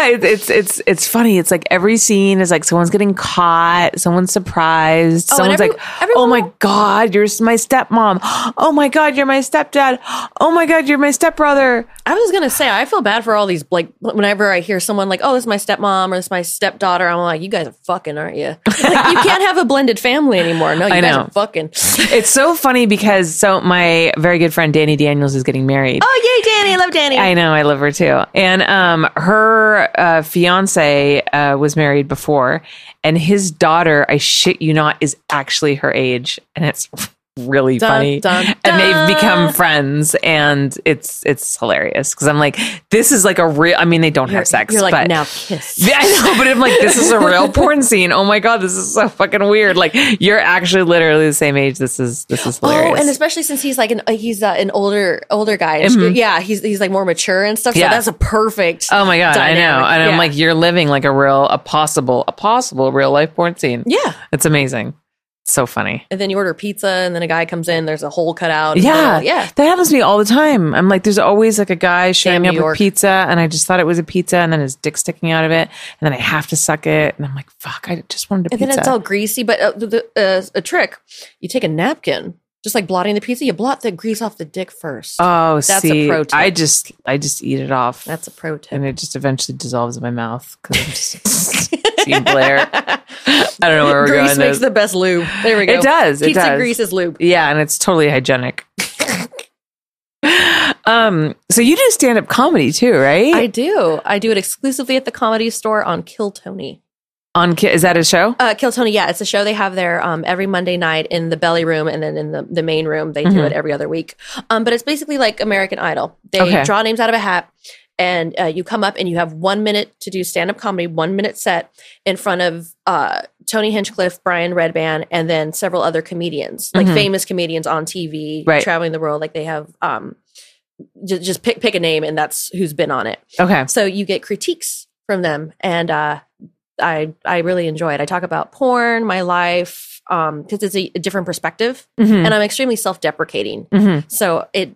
[SPEAKER 1] it, it's it's it's funny. It's like every scene is like someone's getting caught, someone's surprised,
[SPEAKER 2] and
[SPEAKER 1] someone's
[SPEAKER 2] every-
[SPEAKER 1] like, "Oh
[SPEAKER 2] everyone-
[SPEAKER 1] my god, you're s- my stepmom. Oh my god, you're my stepdad. Oh my god, you're my stepbrother."
[SPEAKER 2] I was going to say, I feel bad for all these, like, whenever I hear someone like, oh, this is my stepmom or this is my stepdaughter, I'm like, you guys are fucking, aren't you? Like, you can't have a blended family anymore. No, you
[SPEAKER 1] I
[SPEAKER 2] guys
[SPEAKER 1] know.
[SPEAKER 2] are fucking.
[SPEAKER 1] It's so funny because so my very good friend Danny Daniels is getting married.
[SPEAKER 2] oh, yay, Danny. I love Danny.
[SPEAKER 1] I know, I love her too. And um, her uh, fiance uh, was married before, and his daughter, I shit you not, is actually her age, and it's really
[SPEAKER 2] Dun,
[SPEAKER 1] funny.
[SPEAKER 2] dun,
[SPEAKER 1] And
[SPEAKER 2] dun.
[SPEAKER 1] they've become friends, and it's it's hilarious because I'm like, this is like a real. I mean, they don't have sex,
[SPEAKER 2] You're like,
[SPEAKER 1] but
[SPEAKER 2] now kiss.
[SPEAKER 1] Yeah, I know, but I'm like, this is a real porn scene. Oh my god, this is so fucking weird. Like, you're actually literally the same age. This is this is hilarious.
[SPEAKER 2] Oh, and especially since he's like an uh, he's uh, an older older guy. And she- Yeah, he's he's like more mature and stuff.
[SPEAKER 1] Yeah.
[SPEAKER 2] So that's a perfect.
[SPEAKER 1] Oh my god, I know.
[SPEAKER 2] dynamic.
[SPEAKER 1] And I'm
[SPEAKER 2] Yeah.
[SPEAKER 1] like, you're living like a real, a possible, a possible real life porn scene.
[SPEAKER 2] yeah.
[SPEAKER 1] It's amazing. So funny.
[SPEAKER 2] And then you order pizza, and then a guy comes in. There's a hole cut out. in the
[SPEAKER 1] Yeah,
[SPEAKER 2] middle. yeah.
[SPEAKER 1] That happens to me all the time. I'm like, there's always like a guy showing
[SPEAKER 2] Damn
[SPEAKER 1] me up
[SPEAKER 2] New
[SPEAKER 1] with
[SPEAKER 2] York.
[SPEAKER 1] pizza, and I just thought it was a pizza, and then his dick sticking out of it, and then I have to suck it, and I'm like, fuck, I just wanted a
[SPEAKER 2] And
[SPEAKER 1] pizza.
[SPEAKER 2] then it's all greasy. But uh, the, the, uh, a trick: you take a napkin, just like blotting the pizza. You blot the grease off the dick first.
[SPEAKER 1] oh,
[SPEAKER 2] That's a
[SPEAKER 1] see,
[SPEAKER 2] pro tip.
[SPEAKER 1] I just, I just eat it off,
[SPEAKER 2] that's a pro tip.
[SPEAKER 1] and it just eventually dissolves in my mouth because I'm just. Team Blair. I don't know where we're
[SPEAKER 2] grease
[SPEAKER 1] going.
[SPEAKER 2] makes
[SPEAKER 1] this.
[SPEAKER 2] the best lube. There we go.
[SPEAKER 1] It does. It
[SPEAKER 2] Pizza
[SPEAKER 1] does.
[SPEAKER 2] grease is lube.
[SPEAKER 1] yeah, and it's totally hygienic. um, so you do stand up comedy too, right?
[SPEAKER 2] I do. I do it exclusively at the comedy store on Kill Tony.
[SPEAKER 1] On ki- is that a show?
[SPEAKER 2] Uh, Kill Tony, yeah, it's a show they have there um, every Monday night in the belly room and then in the, the main room. They do
[SPEAKER 1] Mhm.
[SPEAKER 2] it every other week. Um, but it's basically like American Idol. They
[SPEAKER 1] Okay.
[SPEAKER 2] draw names out of a hat and uh, you come up and you have one minute to do stand up comedy, one minute set in front of uh, Tony Hinchcliffe, Brian Redban, and then several other comedians, like
[SPEAKER 1] Mhm.
[SPEAKER 2] famous comedians on TV,
[SPEAKER 1] Right.
[SPEAKER 2] traveling the world. Like they have um, just, just pick, pick a name and that's who's been on it.
[SPEAKER 1] Okay.
[SPEAKER 2] So you get critiques from them, and uh, I I really enjoy it. I talk about porn, my life, because it's a, a different perspective,
[SPEAKER 1] Mhm.
[SPEAKER 2] and I'm extremely self deprecating.
[SPEAKER 1] Mhm.
[SPEAKER 2] So it,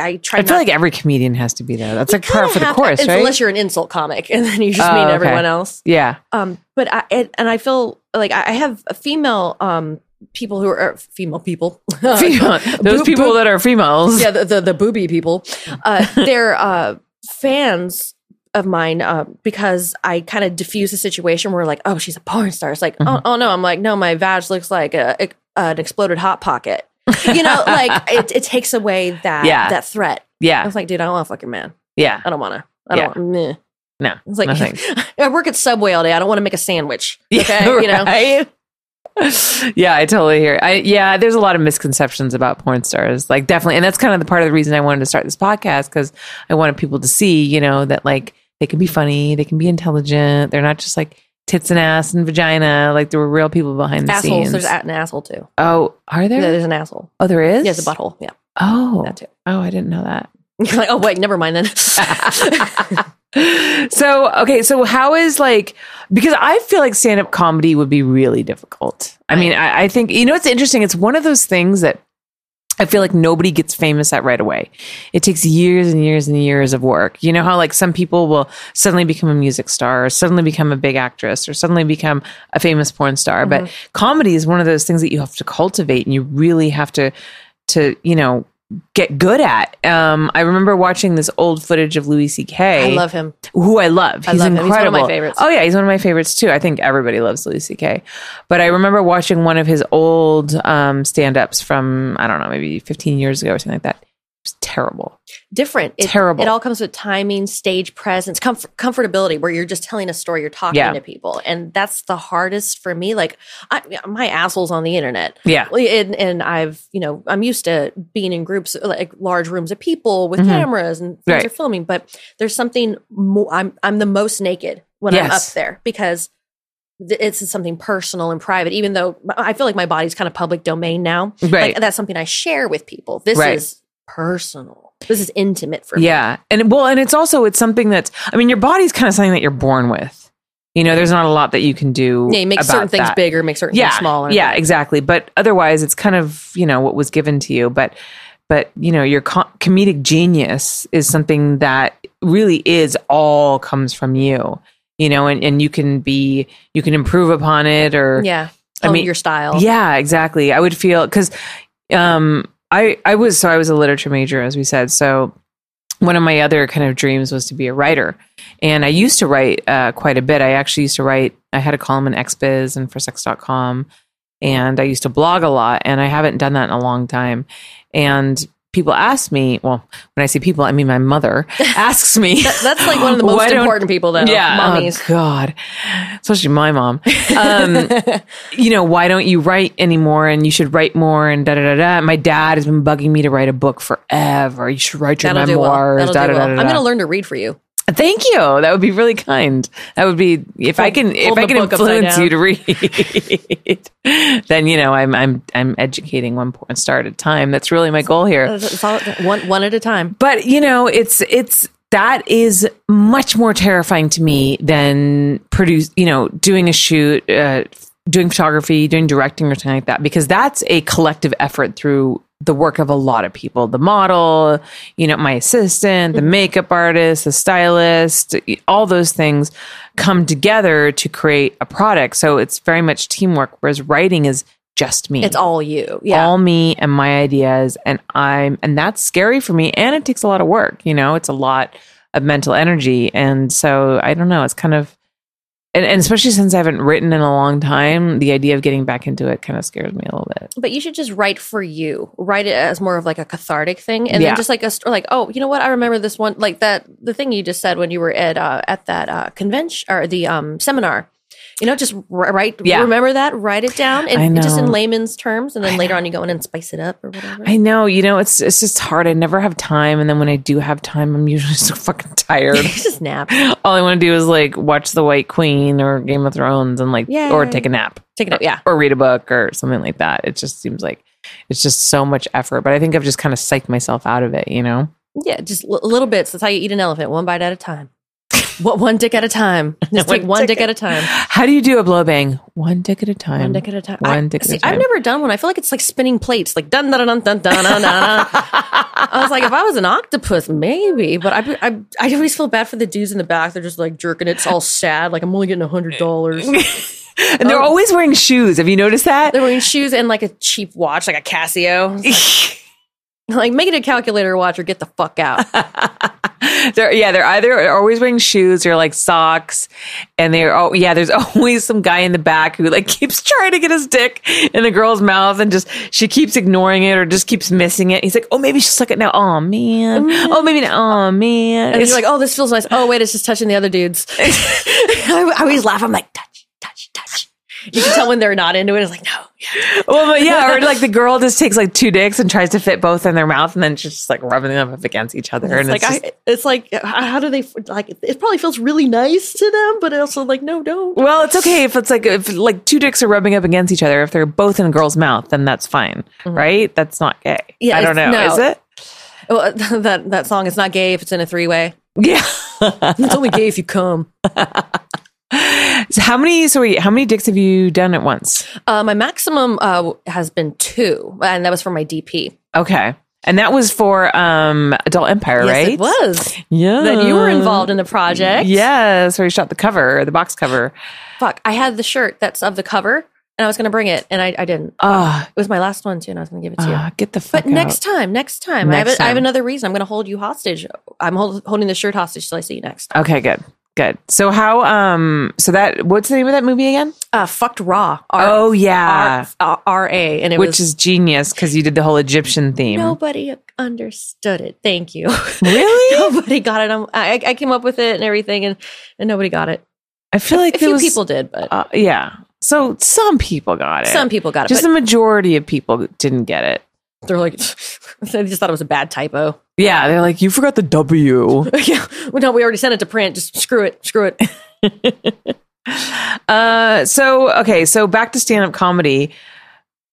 [SPEAKER 2] I try.
[SPEAKER 1] I feel
[SPEAKER 2] not-
[SPEAKER 1] like every comedian has to be there. That's
[SPEAKER 2] You
[SPEAKER 1] like par
[SPEAKER 2] kinda
[SPEAKER 1] for the
[SPEAKER 2] have to,
[SPEAKER 1] course, right?
[SPEAKER 2] Unless you're an insult comic, and then you just
[SPEAKER 1] Oh,
[SPEAKER 2] mean
[SPEAKER 1] okay.
[SPEAKER 2] everyone else.
[SPEAKER 1] yeah.
[SPEAKER 2] Um, but I it, and I feel like I I have a female um people who are female people
[SPEAKER 1] Female. Those
[SPEAKER 2] Boo-
[SPEAKER 1] people
[SPEAKER 2] boo-
[SPEAKER 1] that are females.
[SPEAKER 2] yeah, the, the the booby people. Uh, they're uh, fans of mine uh, because I kind of diffuse the situation where like, oh, she's a porn star. It's like,
[SPEAKER 1] Mm-hmm.
[SPEAKER 2] oh, oh no, I'm like, no, my vag looks like a, a- an exploded hot pocket. You know, like it, it takes away that
[SPEAKER 1] Yeah.
[SPEAKER 2] that threat. I
[SPEAKER 1] Yeah.
[SPEAKER 2] was like, dude, I don't want to fuck your man.
[SPEAKER 1] Yeah.
[SPEAKER 2] I don't want to. I don't.
[SPEAKER 1] Yeah.
[SPEAKER 2] want meh.
[SPEAKER 1] No.
[SPEAKER 2] It's like
[SPEAKER 1] no thanks.
[SPEAKER 2] I work at Subway all day. I don't want to make a sandwich. Okay, you know.
[SPEAKER 1] right? yeah, I totally hear. I yeah, there's a lot of misconceptions about porn stars. Like definitely, and that's kind of the part of the reason I wanted to start this podcast because I wanted people to see, you know, that like they can be funny, they can be intelligent. They're not just like tits and ass and vagina. Like there were real people behind the
[SPEAKER 2] Assholes.
[SPEAKER 1] scenes.
[SPEAKER 2] There's a- an asshole too.
[SPEAKER 1] oh, are there?
[SPEAKER 2] Yeah, there's an asshole.
[SPEAKER 1] oh, there is.
[SPEAKER 2] Yeah, it's a butthole. Yeah,
[SPEAKER 1] Oh,
[SPEAKER 2] that too.
[SPEAKER 1] oh, I didn't know that.
[SPEAKER 2] You're like, oh wait, never mind then.
[SPEAKER 1] so okay so how is like because i feel like stand-up comedy would be really difficult i mean I, I think you know it's interesting it's one of those things that i feel like nobody gets famous at right away it takes years and years and years of work you know how like some people will suddenly become a music star or suddenly become a big actress or suddenly become a famous porn star but comedy is one of those things that you have to cultivate and you really have to to you know get good at um i remember watching this old footage of louis ck
[SPEAKER 2] I love him.
[SPEAKER 1] who I love. He's
[SPEAKER 2] love him. He's one of my
[SPEAKER 1] incredible.
[SPEAKER 2] favorites.
[SPEAKER 1] Oh yeah, he's one of my favorites too. I think everybody loves Louis C.K. But I remember watching one of his old um, stand-ups from I don't know, maybe 15 years ago or something like that. It was terrible.
[SPEAKER 2] different. It,
[SPEAKER 1] Terrible.
[SPEAKER 2] It all comes with timing, stage presence, comfort, comfortability, where you're just telling a story, you're talking
[SPEAKER 1] Yeah.
[SPEAKER 2] to people, and that's the hardest for me. Like, I, my asshole's on the internet.
[SPEAKER 1] Yeah.
[SPEAKER 2] And, and I've, you know, I'm used to being in groups, like large rooms of people with
[SPEAKER 1] Mhm.
[SPEAKER 2] cameras and things
[SPEAKER 1] Right.
[SPEAKER 2] are filming. But there's something more. I'm I'm the most naked when I'm
[SPEAKER 1] Yes.
[SPEAKER 2] up there because th- it's something personal and private. Even though I feel like my body's kind of public domain now,
[SPEAKER 1] Right.
[SPEAKER 2] like that's something I share with people. This
[SPEAKER 1] Right.
[SPEAKER 2] is personal. This is intimate for me.
[SPEAKER 1] yeah. And well, and it's also it's something that's I mean, your body's kind of something that you're born with. You know, there's not a lot that you can do.
[SPEAKER 2] Yeah, you make certain
[SPEAKER 1] about
[SPEAKER 2] things
[SPEAKER 1] that.
[SPEAKER 2] bigger, make certain things smaller.
[SPEAKER 1] Yeah, exactly. But otherwise, it's kind of you know what was given to you. But but you know your co- comedic genius is something that really is all comes from you. You know, and and you can be you can improve upon it or
[SPEAKER 2] Yeah.
[SPEAKER 1] I
[SPEAKER 2] Own
[SPEAKER 1] mean-
[SPEAKER 2] your style.
[SPEAKER 1] yeah, exactly. I would feel because um, I I was so I was a literature major, as we said. So one of my other kind of dreams was to be a writer, and I used to write uh, quite a bit. I actually used to write. I had a column in XBiz and for Sex.com, and I used to blog a lot. And I haven't done that in a long time. And people ask me, well, when I say people, I mean my mother asks me.
[SPEAKER 2] That- that's like one of the
[SPEAKER 1] Why
[SPEAKER 2] most
[SPEAKER 1] don't-
[SPEAKER 2] important people though.
[SPEAKER 1] Yeah, oh,
[SPEAKER 2] Mommies.
[SPEAKER 1] God, especially my mom. Um, you know, why don't you write anymore and you should write more and da da da da. My dad has been bugging me to write a book forever. You should write your
[SPEAKER 2] That'll do well.
[SPEAKER 1] memoirs.
[SPEAKER 2] That'll do
[SPEAKER 1] da, da,
[SPEAKER 2] well.
[SPEAKER 1] da, da,
[SPEAKER 2] I'm
[SPEAKER 1] da.
[SPEAKER 2] gonna learn to read for you.
[SPEAKER 1] Thank you. That would be really kind. That would be if I
[SPEAKER 2] Hold-
[SPEAKER 1] can if
[SPEAKER 2] hold
[SPEAKER 1] I
[SPEAKER 2] the
[SPEAKER 1] can
[SPEAKER 2] book upside
[SPEAKER 1] influence
[SPEAKER 2] down.
[SPEAKER 1] you to read. then you know I'm I'm I'm educating one porn star at a time. That's really my goal here
[SPEAKER 2] It's all- one one at a time.
[SPEAKER 1] but you know it's it's that is much more terrifying to me than produce you know doing a shoot uh, doing photography doing directing or something like that because that's a collective effort through the work of a lot of people the model you know my assistant the makeup artist the stylist all those things come together to create a product so it's very much teamwork whereas writing is just me
[SPEAKER 2] It's all you. Yeah.
[SPEAKER 1] all me and my ideas and i'm and that's scary for me and it takes a lot of work you know it's a lot of mental energy and so i don't know it's kind of and, and especially since I haven't written in a long time, the idea of getting back into it kind of scares me a little bit.
[SPEAKER 2] But you should just write for you. Write it as more of like a cathartic thing, and
[SPEAKER 1] Yeah.
[SPEAKER 2] then just like a st- like, oh, you know what? I remember this one, like that the thing you just said when you were at uh, at that uh, convention or the um, seminar. You know, just wri- write.
[SPEAKER 1] Yeah.
[SPEAKER 2] Remember that. Write it down,
[SPEAKER 1] I
[SPEAKER 2] and just in
[SPEAKER 1] know.
[SPEAKER 2] layman's terms, and then later on you go in and spice it up or whatever.
[SPEAKER 1] I know, you know, it's it's just hard. I never have time, and then when I do have time, I'm usually so fucking tired.
[SPEAKER 2] just nap.
[SPEAKER 1] All I want to do is like watch The White Queen or Game of Thrones, and like, or
[SPEAKER 2] Yay.
[SPEAKER 1] take a nap,
[SPEAKER 2] Take it out. Yeah.
[SPEAKER 1] or read a book or something like that. It just seems like it's just so much effort. But I think I've just kind of psyched myself out of it, you know.
[SPEAKER 2] Yeah, just l- little bits. That's how you eat an elephant, one bite at a time. what one dick at a time. Just take
[SPEAKER 1] one
[SPEAKER 2] one
[SPEAKER 1] dick
[SPEAKER 2] dick at a time.
[SPEAKER 1] How do you do a blow bang? One dick at a time.
[SPEAKER 2] One dick at a time.
[SPEAKER 1] One
[SPEAKER 2] I,
[SPEAKER 1] dick at a
[SPEAKER 2] see,
[SPEAKER 1] time.
[SPEAKER 2] I've never done one. I feel like it's like spinning plates, like dun dun dun dun dun dun dun. dun. I was like, if I was an octopus, maybe. But I, I, I always feel bad for the dudes in the back. They're just like jerking. It's all sad. Like I'm only getting a hundred dollars.
[SPEAKER 1] And they're always wearing shoes. Have you noticed that?
[SPEAKER 2] They're wearing shoes and like a cheap watch, like a Casio. Like make it a calculator watch or get the fuck out.
[SPEAKER 1] They're yeah, they're either always wearing shoes or like socks, and they're oh yeah, there's always some guy in the back who like keeps trying to get his dick in the girl's mouth, and just she keeps ignoring it or just keeps missing it. He's like, oh maybe she'll suck it now. Oh man, oh maybe now. Oh man,
[SPEAKER 2] Mm-hmm. And
[SPEAKER 1] It's-
[SPEAKER 2] you're like, oh, this feels nice. Oh, wait, it's just touching the other dudes. I, I always laugh. I'm like, touch, touch, touch. You can tell when they're not into it. It's like, no.
[SPEAKER 1] well, but yeah, or like the girl just takes like two dicks and tries to fit both in their mouth, and then she's just like rubbing them up against each other,
[SPEAKER 2] It's
[SPEAKER 1] and
[SPEAKER 2] like,
[SPEAKER 1] it's just-
[SPEAKER 2] I, it's like, h- how do they, f- like, it probably feels really nice to them, but also like, no, don't.
[SPEAKER 1] Well, it's okay if it's like if like two dicks are rubbing up against each other. If they're both in a girl's mouth, then that's fine, right? That's not gay.
[SPEAKER 2] Mm-hmm. Yeah,
[SPEAKER 1] I don't know.
[SPEAKER 2] it's- no.
[SPEAKER 1] Is it?
[SPEAKER 2] Well, that, that song is not gay if it's in a three way.
[SPEAKER 1] Yeah.
[SPEAKER 2] It's only gay if you come.
[SPEAKER 1] so how many? So wait, how many dicks have you done at once?
[SPEAKER 2] Uh, my maximum uh, w- has been two, and that was for my DP.
[SPEAKER 1] Okay, and that was for um Adult Empire, right?
[SPEAKER 2] Yes, it was.
[SPEAKER 1] Yeah.
[SPEAKER 2] Then you were involved in the project.
[SPEAKER 1] Yes, where you shot the cover, the box cover.
[SPEAKER 2] Fuck, I had the shirt that's of the cover, and I was going to bring it, and I, I didn't.
[SPEAKER 1] Ah,
[SPEAKER 2] It was my last one, too, and I was going to give it to you.
[SPEAKER 1] ah, get the fuck.
[SPEAKER 2] But next time, next time, I,
[SPEAKER 1] Next
[SPEAKER 2] have a, I have
[SPEAKER 1] time.
[SPEAKER 2] another reason. I'm going to hold you hostage. I'm hold, holding the shirt hostage till I see you next.
[SPEAKER 1] out. Okay, good, good. So how? Um. So that. What's the name of that movie again?
[SPEAKER 2] Uh, fucked raw. R-
[SPEAKER 1] Oh yeah.
[SPEAKER 2] R- uh, R A, and it
[SPEAKER 1] Which
[SPEAKER 2] was
[SPEAKER 1] is genius because you did the whole Egyptian theme.
[SPEAKER 2] nobody understood it. Thank you.
[SPEAKER 1] Really?
[SPEAKER 2] nobody got it. I'm, I, I came up with it and everything, and, and nobody got it.
[SPEAKER 1] I feel like
[SPEAKER 2] A
[SPEAKER 1] there
[SPEAKER 2] few
[SPEAKER 1] was-
[SPEAKER 2] people did, but
[SPEAKER 1] Uh, yeah. So some people got it.
[SPEAKER 2] some people got it.
[SPEAKER 1] Just
[SPEAKER 2] but
[SPEAKER 1] the majority of people didn't get it.
[SPEAKER 2] they're like, they just thought it was a bad typo.
[SPEAKER 1] Yeah, they're like, you forgot the W.
[SPEAKER 2] yeah, well, no, we already sent it to print. Just screw it, screw it.
[SPEAKER 1] Uh, so okay, so back to stand up comedy.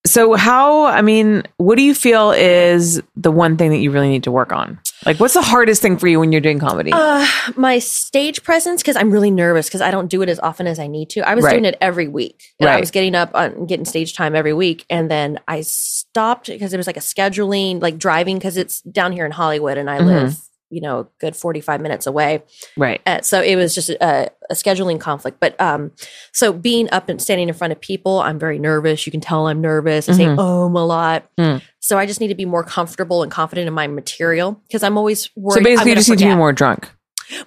[SPEAKER 1] So how? I mean, what do you feel is the one thing that you really need to work on? Like, what's the hardest thing for you when you're doing comedy?
[SPEAKER 2] Uh, my stage presence because I'm really nervous because I don't do it as often as I need to. I was
[SPEAKER 1] Right.
[SPEAKER 2] doing it every week. And I
[SPEAKER 1] Right.
[SPEAKER 2] was getting up on getting stage time every week, and then I stopped because there was like a scheduling, like driving because it's down here in Hollywood, and I
[SPEAKER 1] Mhm.
[SPEAKER 2] live you know a good 45 minutes away
[SPEAKER 1] right.
[SPEAKER 2] uh, so it was just a, a scheduling conflict but um so being up and standing in front of people i'm very nervous you can tell i'm nervous i say
[SPEAKER 1] Mhm.
[SPEAKER 2] um a lot
[SPEAKER 1] Mm.
[SPEAKER 2] so i just need to be more comfortable and confident in my material because i'm always worried
[SPEAKER 1] So
[SPEAKER 2] I'm
[SPEAKER 1] basically, you
[SPEAKER 2] gonna
[SPEAKER 1] just need to be
[SPEAKER 2] forget.
[SPEAKER 1] more drunk.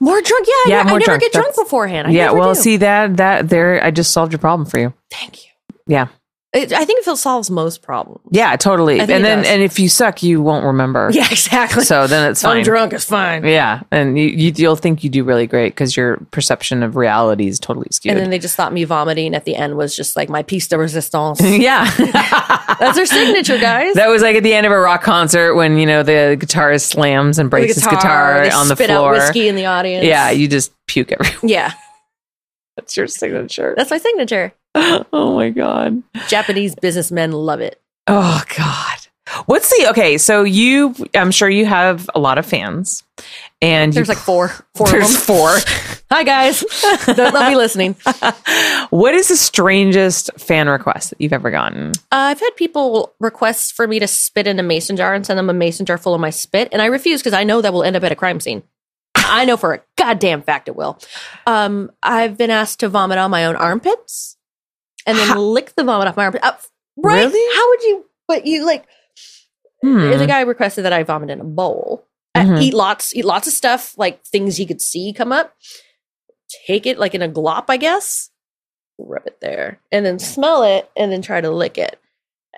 [SPEAKER 2] More drunk, yeah.
[SPEAKER 1] Yeah,
[SPEAKER 2] I, ne-
[SPEAKER 1] more
[SPEAKER 2] I never
[SPEAKER 1] drunk.
[SPEAKER 2] get drunk
[SPEAKER 1] That's-
[SPEAKER 2] beforehand. I
[SPEAKER 1] yeah.
[SPEAKER 2] never
[SPEAKER 1] Well,
[SPEAKER 2] do.
[SPEAKER 1] see that that there, I just solved your problem for you.
[SPEAKER 2] Thank you.
[SPEAKER 1] Yeah.
[SPEAKER 2] It, I think it solves most problems.
[SPEAKER 1] Yeah, totally.
[SPEAKER 2] I
[SPEAKER 1] And
[SPEAKER 2] think it
[SPEAKER 1] then,
[SPEAKER 2] does.
[SPEAKER 1] and if you suck, you won't remember.
[SPEAKER 2] Yeah, exactly.
[SPEAKER 1] So then it's fine.
[SPEAKER 2] I'm drunk. It's fine.
[SPEAKER 1] Yeah, and you, you you'll think you do really great because your perception of reality is totally skewed.
[SPEAKER 2] And then they just thought me vomiting at the end was just like my piece de resistance.
[SPEAKER 1] yeah,
[SPEAKER 2] That's their signature, guys.
[SPEAKER 1] that was like at the end of a rock concert when you know the guitarist slams and breaks his guitar
[SPEAKER 2] they
[SPEAKER 1] on the
[SPEAKER 2] spit
[SPEAKER 1] floor.
[SPEAKER 2] out whiskey in the audience.
[SPEAKER 1] Yeah, you just puke everywhere.
[SPEAKER 2] yeah.
[SPEAKER 1] That's your signature.
[SPEAKER 2] That's my signature.
[SPEAKER 1] oh my god.
[SPEAKER 2] Japanese businessmen love it.
[SPEAKER 1] Oh God. What's the okay? So you, I'm sure you have a lot of fans, and
[SPEAKER 2] There's
[SPEAKER 1] you,
[SPEAKER 2] like four, four of
[SPEAKER 1] there's
[SPEAKER 2] them.
[SPEAKER 1] four.
[SPEAKER 2] Hi guys, they'll, they'll be listening. Uh,
[SPEAKER 1] what is the strangest fan request that you've ever gotten?
[SPEAKER 2] Uh, I've had people request for me to spit in a mason jar and send them a mason jar full of my spit, and I refuse because I know that will end up at a crime scene. I know for a goddamn fact it will. Um, I've been asked to vomit on my own armpits and then
[SPEAKER 1] How-
[SPEAKER 2] lick the vomit off my armpit. Uh, right?
[SPEAKER 1] Really?
[SPEAKER 2] How would you? But you like
[SPEAKER 1] Hmm.
[SPEAKER 2] the guy requested that I vomit in a bowl. Uh,
[SPEAKER 1] Mhm.
[SPEAKER 2] Eat lots, eat lots of stuff like things he could see come up. take it like in a glop, I guess, rub it there, and then smell it, and then try to lick it.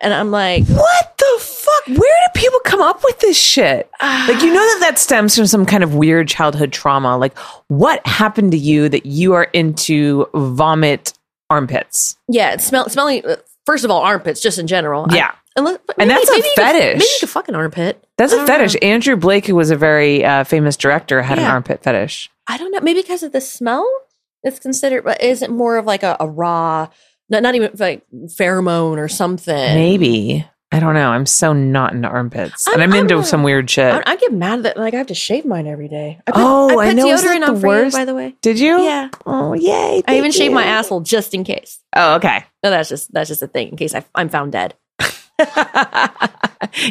[SPEAKER 2] And I'm like,
[SPEAKER 1] What the fuck? Where do people come up with this shit? Like, you know that that stems from some kind of weird childhood trauma. Like, what happened to you that you are into vomit armpits?
[SPEAKER 2] yeah, it's smell, smelling. uh, First of all, armpits, just in general. I-
[SPEAKER 1] Yeah.
[SPEAKER 2] unless, but
[SPEAKER 1] And that's a
[SPEAKER 2] you could-
[SPEAKER 1] fetish.
[SPEAKER 2] maybe you could fuck an armpit.
[SPEAKER 1] That's
[SPEAKER 2] I
[SPEAKER 1] a
[SPEAKER 2] don't know.
[SPEAKER 1] fetish. Andrew Blake, who was a very uh, famous director, had an
[SPEAKER 2] Yeah.
[SPEAKER 1] armpit fetish.
[SPEAKER 2] I don't know. Maybe because of the smell, it's considered. But is it more of like a, a raw, not not even like pheromone or something?
[SPEAKER 1] Maybe. I don't know. I'm so not into armpits. and
[SPEAKER 2] I'm-
[SPEAKER 1] I'm
[SPEAKER 2] I'm
[SPEAKER 1] into
[SPEAKER 2] not-
[SPEAKER 1] some weird shit.
[SPEAKER 2] I, I get mad that like I have to shave mine every day. I
[SPEAKER 1] Oh, I know. Isn't
[SPEAKER 2] deodorant
[SPEAKER 1] that
[SPEAKER 2] on
[SPEAKER 1] the
[SPEAKER 2] for you,
[SPEAKER 1] worst?
[SPEAKER 2] by the way.
[SPEAKER 1] Did you?
[SPEAKER 2] Yeah,
[SPEAKER 1] Oh, yay.
[SPEAKER 2] I even
[SPEAKER 1] thank
[SPEAKER 2] shave my
[SPEAKER 1] you.
[SPEAKER 2] asshole just in case.
[SPEAKER 1] Oh, okay.
[SPEAKER 2] No, that's just that's just a thing in case I, I'm found dead.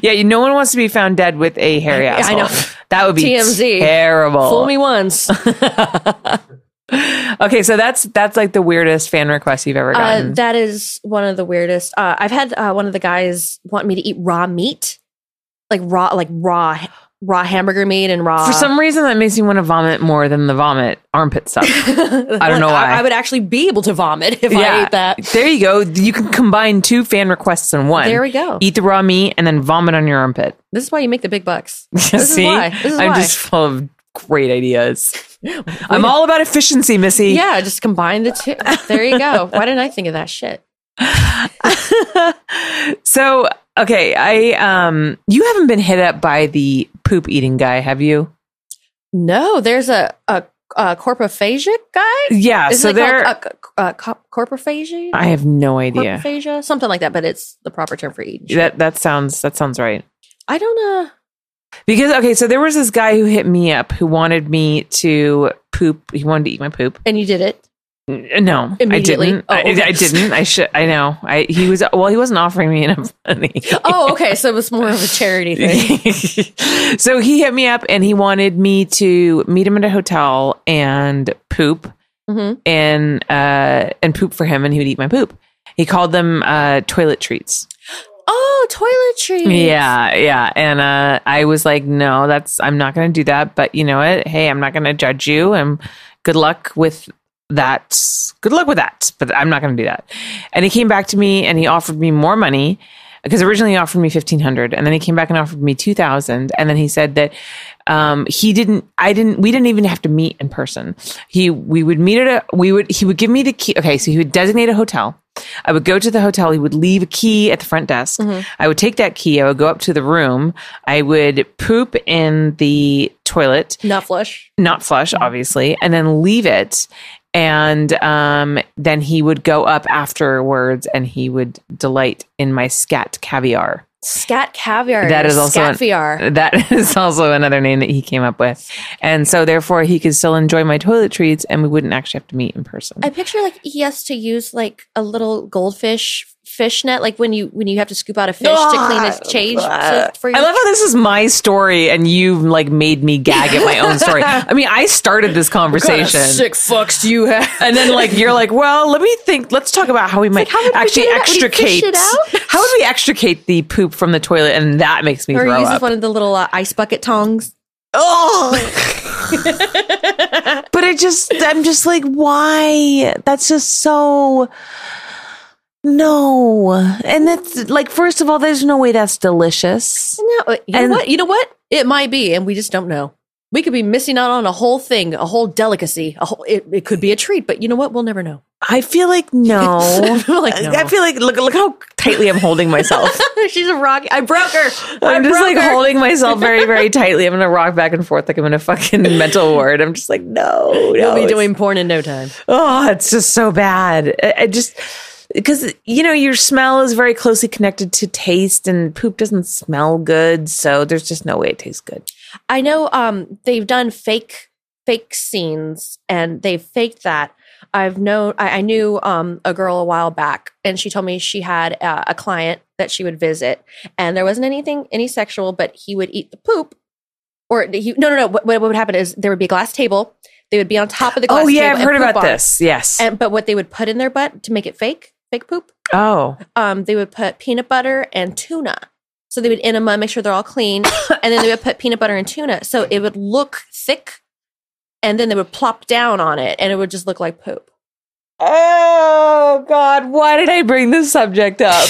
[SPEAKER 1] yeah, you, no one wants to be found dead with a hairy
[SPEAKER 2] I- I
[SPEAKER 1] asshole.
[SPEAKER 2] know.
[SPEAKER 1] That would be
[SPEAKER 2] TMZ.
[SPEAKER 1] terrible.
[SPEAKER 2] Fool me once.
[SPEAKER 1] Okay, so that's that's like the weirdest fan request you've ever
[SPEAKER 2] Uh,
[SPEAKER 1] gotten.
[SPEAKER 2] that is one of the weirdest. Uh, I've had uh, one of the guys want me to eat raw meat, like raw, like raw, raw hamburger meat and raw.
[SPEAKER 1] For some reason, that makes me want to vomit more than the vomit armpit stuff.
[SPEAKER 2] I
[SPEAKER 1] don't know why.
[SPEAKER 2] I, would actually be able to vomit if I
[SPEAKER 1] Yeah.
[SPEAKER 2] ate that.
[SPEAKER 1] there you go. You can combine two fan requests in one.
[SPEAKER 2] There we go.
[SPEAKER 1] Eat the raw meat and then vomit on your armpit.
[SPEAKER 2] This is why you make the big bucks. This
[SPEAKER 1] See,
[SPEAKER 2] is why. This is
[SPEAKER 1] I'm
[SPEAKER 2] why.
[SPEAKER 1] just full of great ideas. I'm all about efficiency, Missy.
[SPEAKER 2] yeah, just combine the two. There you go. Why didn't I think of that shit?
[SPEAKER 1] So okay, I um, you haven't been hit up by the poop eating guy, have you?
[SPEAKER 2] No, there's a a, a corprophagic guy.
[SPEAKER 1] Yeah.
[SPEAKER 2] Is
[SPEAKER 1] so
[SPEAKER 2] it called
[SPEAKER 1] there,
[SPEAKER 2] a, a, a cor- corprophagia?
[SPEAKER 1] I have no idea.
[SPEAKER 2] Corprophagia, something like that, but it's the proper term for eating. shit.
[SPEAKER 1] That that sounds that sounds right.
[SPEAKER 2] I don't uh
[SPEAKER 1] Because okay, so there was this guy who hit me up who wanted me to poop. He wanted to eat my poop.
[SPEAKER 2] And you did it.
[SPEAKER 1] N- No, I
[SPEAKER 2] Immediately.
[SPEAKER 1] didn't.
[SPEAKER 2] Oh,
[SPEAKER 1] I,
[SPEAKER 2] okay.
[SPEAKER 1] I didn't. I should. I know. I he was well. He wasn't offering me enough money.
[SPEAKER 2] Oh, okay. So it was more of a charity thing.
[SPEAKER 1] so he hit me up and he wanted me to meet him at a hotel and poop
[SPEAKER 2] hmm
[SPEAKER 1] and uh and poop for him and he would eat my poop. He called them uh toilet treats.
[SPEAKER 2] Oh, toiletries.
[SPEAKER 1] Yeah, yeah. And uh, I was like, no, that's I'm not going to do that. But you know what? Hey, I'm not going to judge you. And good luck with that. Good luck with that. But I'm not going to do that. And he came back to me and he offered me more money because originally he offered me fifteen hundred, and then he came back and offered me two thousand, and then he said that um, he didn't. I didn't. We didn't even have to meet in person. He we would meet at a. We would. He would give me the key. Okay, so he would designate a hotel. I would go to the hotel. He would leave a key at the front desk. I would take that key. I would go up to the room. I would poop in the toilet,
[SPEAKER 2] Nut flush.
[SPEAKER 1] not flush, obviously, and then leave it. And um, then he would go up afterwards and he would delight in my scat caviar.
[SPEAKER 2] Scat caviar.
[SPEAKER 1] That is also an-
[SPEAKER 2] scat VR.
[SPEAKER 1] That is also another name that he came up with. And so, therefore, he could still enjoy my toiletries and we wouldn't actually have to meet in person.
[SPEAKER 2] I picture like he has to use like a little goldfish fishnet, like when you when you have to scoop out a fish to clean a cage so- for your
[SPEAKER 1] Ah, I love how this is my story and you like made me gag at my own story. I mean, I started this conversation.
[SPEAKER 2] fucks you have.
[SPEAKER 1] and then like you're like, well, let me think. Let's talk about how we might
[SPEAKER 2] how would we
[SPEAKER 1] actually
[SPEAKER 2] do that? We
[SPEAKER 1] extricate.
[SPEAKER 2] fish it out?
[SPEAKER 1] How would we extricate the poop from the toilet? And that makes me
[SPEAKER 2] Or
[SPEAKER 1] throw
[SPEAKER 2] uses
[SPEAKER 1] up.
[SPEAKER 2] one of the little uh, ice bucket tongs.
[SPEAKER 1] Oh. but it just, I'm just like, why? That's just so. No, and that's like, first of all, there's no way that's delicious.
[SPEAKER 2] No, uh, you
[SPEAKER 1] And-
[SPEAKER 2] know what? You know what? It might be, and we just don't know. We could be missing out on a whole thing, a whole delicacy. A whole, it, it could be a treat, but you know what? We'll never know.
[SPEAKER 1] I feel like no.
[SPEAKER 2] Oh. I feel like no.
[SPEAKER 1] I feel like look look how tightly I'm holding myself.
[SPEAKER 2] She's a rock. I broke her. I
[SPEAKER 1] I'm just
[SPEAKER 2] broke
[SPEAKER 1] like
[SPEAKER 2] her.
[SPEAKER 1] holding myself very very tightly. I'm gonna rock back and forth like I'm in a fucking mental ward. I'm just like no, no.
[SPEAKER 2] We'll be
[SPEAKER 1] Oh, it's-
[SPEAKER 2] doing porn in no time.
[SPEAKER 1] oh, it's just so bad. I, I just because you know your smell is very closely connected to taste, and poop doesn't smell good, so there's just no way it tastes good.
[SPEAKER 2] I know um they've done fake fake scenes and they faked that. I've known I, I knew um a girl a while back and she told me she had uh, a client that she would visit and there wasn't anything any sexual but he would eat the poop or he no no no what, what would happen is there would be a glass table they would be on top of the glass
[SPEAKER 1] oh yeah,
[SPEAKER 2] table
[SPEAKER 1] I've
[SPEAKER 2] and
[SPEAKER 1] heard
[SPEAKER 2] poop
[SPEAKER 1] about
[SPEAKER 2] on it.
[SPEAKER 1] this. Yes.
[SPEAKER 2] and but what they would put in their butt to make it fake fake poop
[SPEAKER 1] oh,
[SPEAKER 2] um, they would put peanut butter and tuna. So they would enema, make sure they're all clean, and then they would put peanut butter and tuna. So it would look thick and then they would plop down on it and it would just look like poop.
[SPEAKER 1] Oh God, why did I bring this subject up?